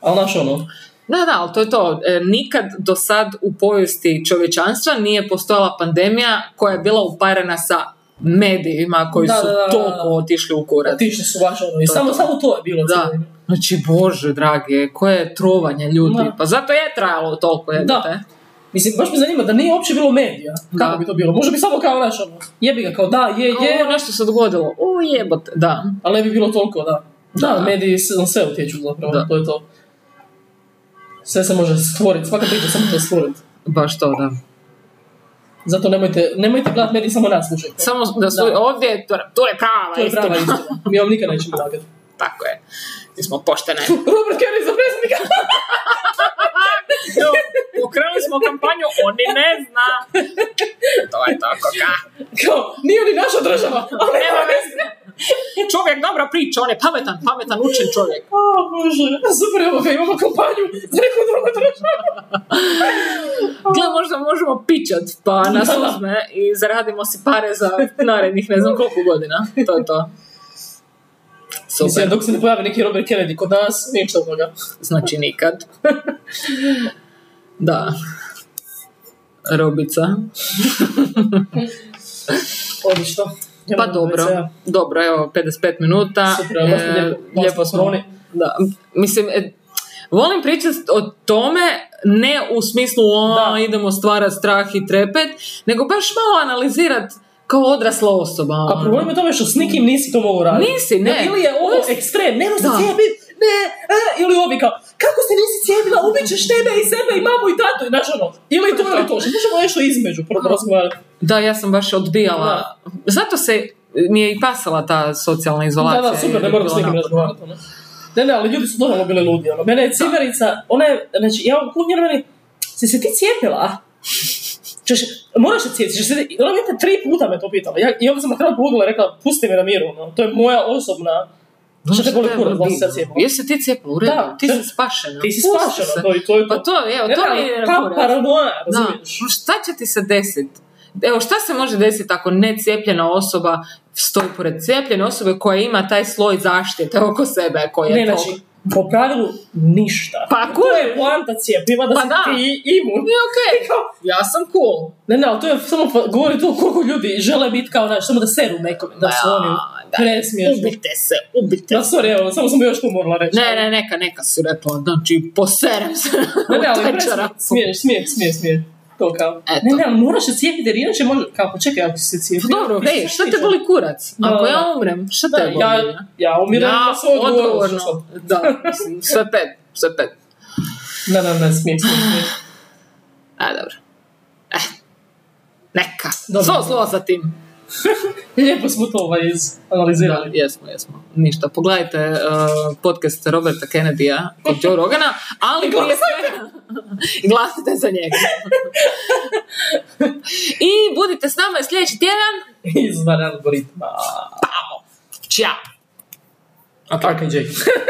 A: Ali znaš ono,
B: Da, da, ali to je to. E, nikad do sad u povijesti čovječanstva nije postojala pandemija koja je bila uparena sa medijima koji
A: Da,
B: su
A: da, da, da, da.
B: toliko otišli u kurac.
A: otišli su baš ono, i
B: To je
A: samo,
B: to.
A: samo to je bilo.
B: Da.
A: cijelo vrijeme.
B: Znači, bože, drage, koje je trovanje ljudi.
A: Da.
B: Pa zato je trajalo toliko, jebote.
A: Da. Mislim, baš me zanima da nije uopće bilo medija. Kako
B: Da.
A: bi to bilo? Možda bi samo kao naš, ono, jebi ga, kao da, je,
B: Je,
A: je,
B: nešto se dogodilo. O, jebote, da.
A: ali ne bi bilo toliko, da. Da,
B: Da.
A: mediji se na sve utječu zapravo,
B: Da.
A: to je to. Sve se može stvoriti, svaka priča samo to stvoriti.
B: Baš to, da.
A: Zato nemojte, nemojte gledati mediji, samo nas slušajte.
B: Samo da su
A: Da.
B: ovdje, je to, to je prava
A: To je prava
B: istina.
A: istina. Mi vam nikad nećemo lagati.
B: Tako je. Mi smo poštene.
A: Robert Kennedy za predsjednika!
B: Jo, Pokrenuli smo kampanju, oni ne zna. To je tako, ka.
A: Kao, nije ni naša država, ali Pa nema
B: Nema
A: veze.
B: Čovjek dobra priča, on je pametan, pametan, učen čovjek.
A: O, Bože, super, evo ga, imamo kompaniju za neku drugu državu.
B: Gle, možda možemo pićat, pa nas uzme i zaradimo si pare za narednih ne znam koliko godina. To je to.
A: Mislim,
B: Super.
A: dok se ne pojavi neki Robert Kennedy kod nas, ništa od toga.
B: Znači nikad. Da. Robica.
A: Odlično. Ja
B: Pa
A: moram
B: dobro,
A: reći, ja.
B: dobro, evo, 55 minuta. E,
A: Super, evo, baš mi lijepo, baš smo skroni.
B: Da, mislim, e, volim pričati o tome, ne u smislu o,
A: Da.
B: idemo stvarati strah i trepet, nego baš malo analizirati kao odrasla osoba. ono.
A: A problem je u tome što s nikim nisi to mogao raditi.
B: Nisi, ne.
A: Da, Ili je ovo ekstrem, nemoj se
B: Da.
A: cijepit, ne, e, ili ovi kao, kako se nisi cijepila, ubićeš tebe i sebe i mamu i tatu, i znaš ono, ili to ili to, što možemo nešto između, prvo razgovarati.
B: Da, ja sam baš odbijala.
A: Da.
B: Zato se mi je i pasala ta socijalna
A: Da,
B: izolacija.
A: da, super,
B: jer
A: ne
B: je
A: moram
B: bilo
A: s nikim
B: naporno.
A: razgovarati. Ono. Ne, ne, ali ljudi su normalno bili ludi. Ono. Mene je cimerica, ona je, znači, ja u kuhnju, ona meni, si se ti cijepila? a?" Češ, moraš se cijepiti, ćeš se ti-" ona mi je tri puta me to pitala. Ja, I onda sam na kraju pogledala i rekla, pusti me na miru, ono. to je moja osobna, što te boli
B: je
A: kurac, da li
B: bilo?
A: si se cijepila?
B: Jesi se ti cijepila, u redu,
A: Da,
B: ti
A: to-
B: si spašena.
A: Ti si
B: Pusti
A: spašena,
B: se.
A: to i to je to.
B: Pa to je, evo,
A: Ne, pa
B: to
A: ne,
B: mi je
A: Kao
B: kurac.
A: paranoja,
B: Da,
A: razumiješ?
B: šta će ti se desiti? Evo, šta se može desiti ako necijepljena osoba stoji pored cijepljene osobe koja ima taj sloj zaštite oko sebe koji je
A: Ne,
B: to-
A: znači, po pravilu ništa.
B: Pa
A: To je
B: kužiš.
A: poanta cijepiva da
B: Pa
A: si
B: da.
A: ti imun.
B: I okej, ja sam cool.
A: Ne, ne, ali to je samo pa- govori to koliko ljudi žele biti kao, znaš, samo da seru nekome, da su
B: Da,
A: oni
B: da.
A: presmiješni.
B: Ubite se, ubite
A: Da,
B: se.
A: sorry, evo, samo sam još to morala reći.
B: Ne, ne, neka, neka si rekla, znači, poserem se. Pa
A: ne, ne, ali
B: u taj
A: presmije-
B: čarapu.
A: smije, smije, smije, smije. To kao.
B: Eto.
A: Ne, ne, ali moraš se cijepiti jer inače može, kao, pa čekaj, ako si se
B: Pa
A: cijepio.
B: Dobro, hej, šta te boli kurac?
A: Da,
B: Ako
A: da,
B: ja
A: da.
B: umrem, šta
A: Da,
B: te boli?
A: ja, ja umirem
B: Ja,
A: na svoju odgovornost.
B: odgovorno. Da, mislim, sve pet, sve pet.
A: Ne, ne, ne, smije, smije, smije.
B: A, E, dobro. Eh, neka.
A: Dobro.
B: Zlo, zlo za tim.
A: Lijepo smo to ovaj izanalizirali.
B: Da, jesmo, jesmo. Ništa. Pogledajte uh, podcast Roberta Kennedyja kod Joe Rogana, ali prije svega I glasite za njega. I budite s nama sljedeći tjedan.
A: Izvan algoritma.
B: Ćao!
A: A tako je, Jake.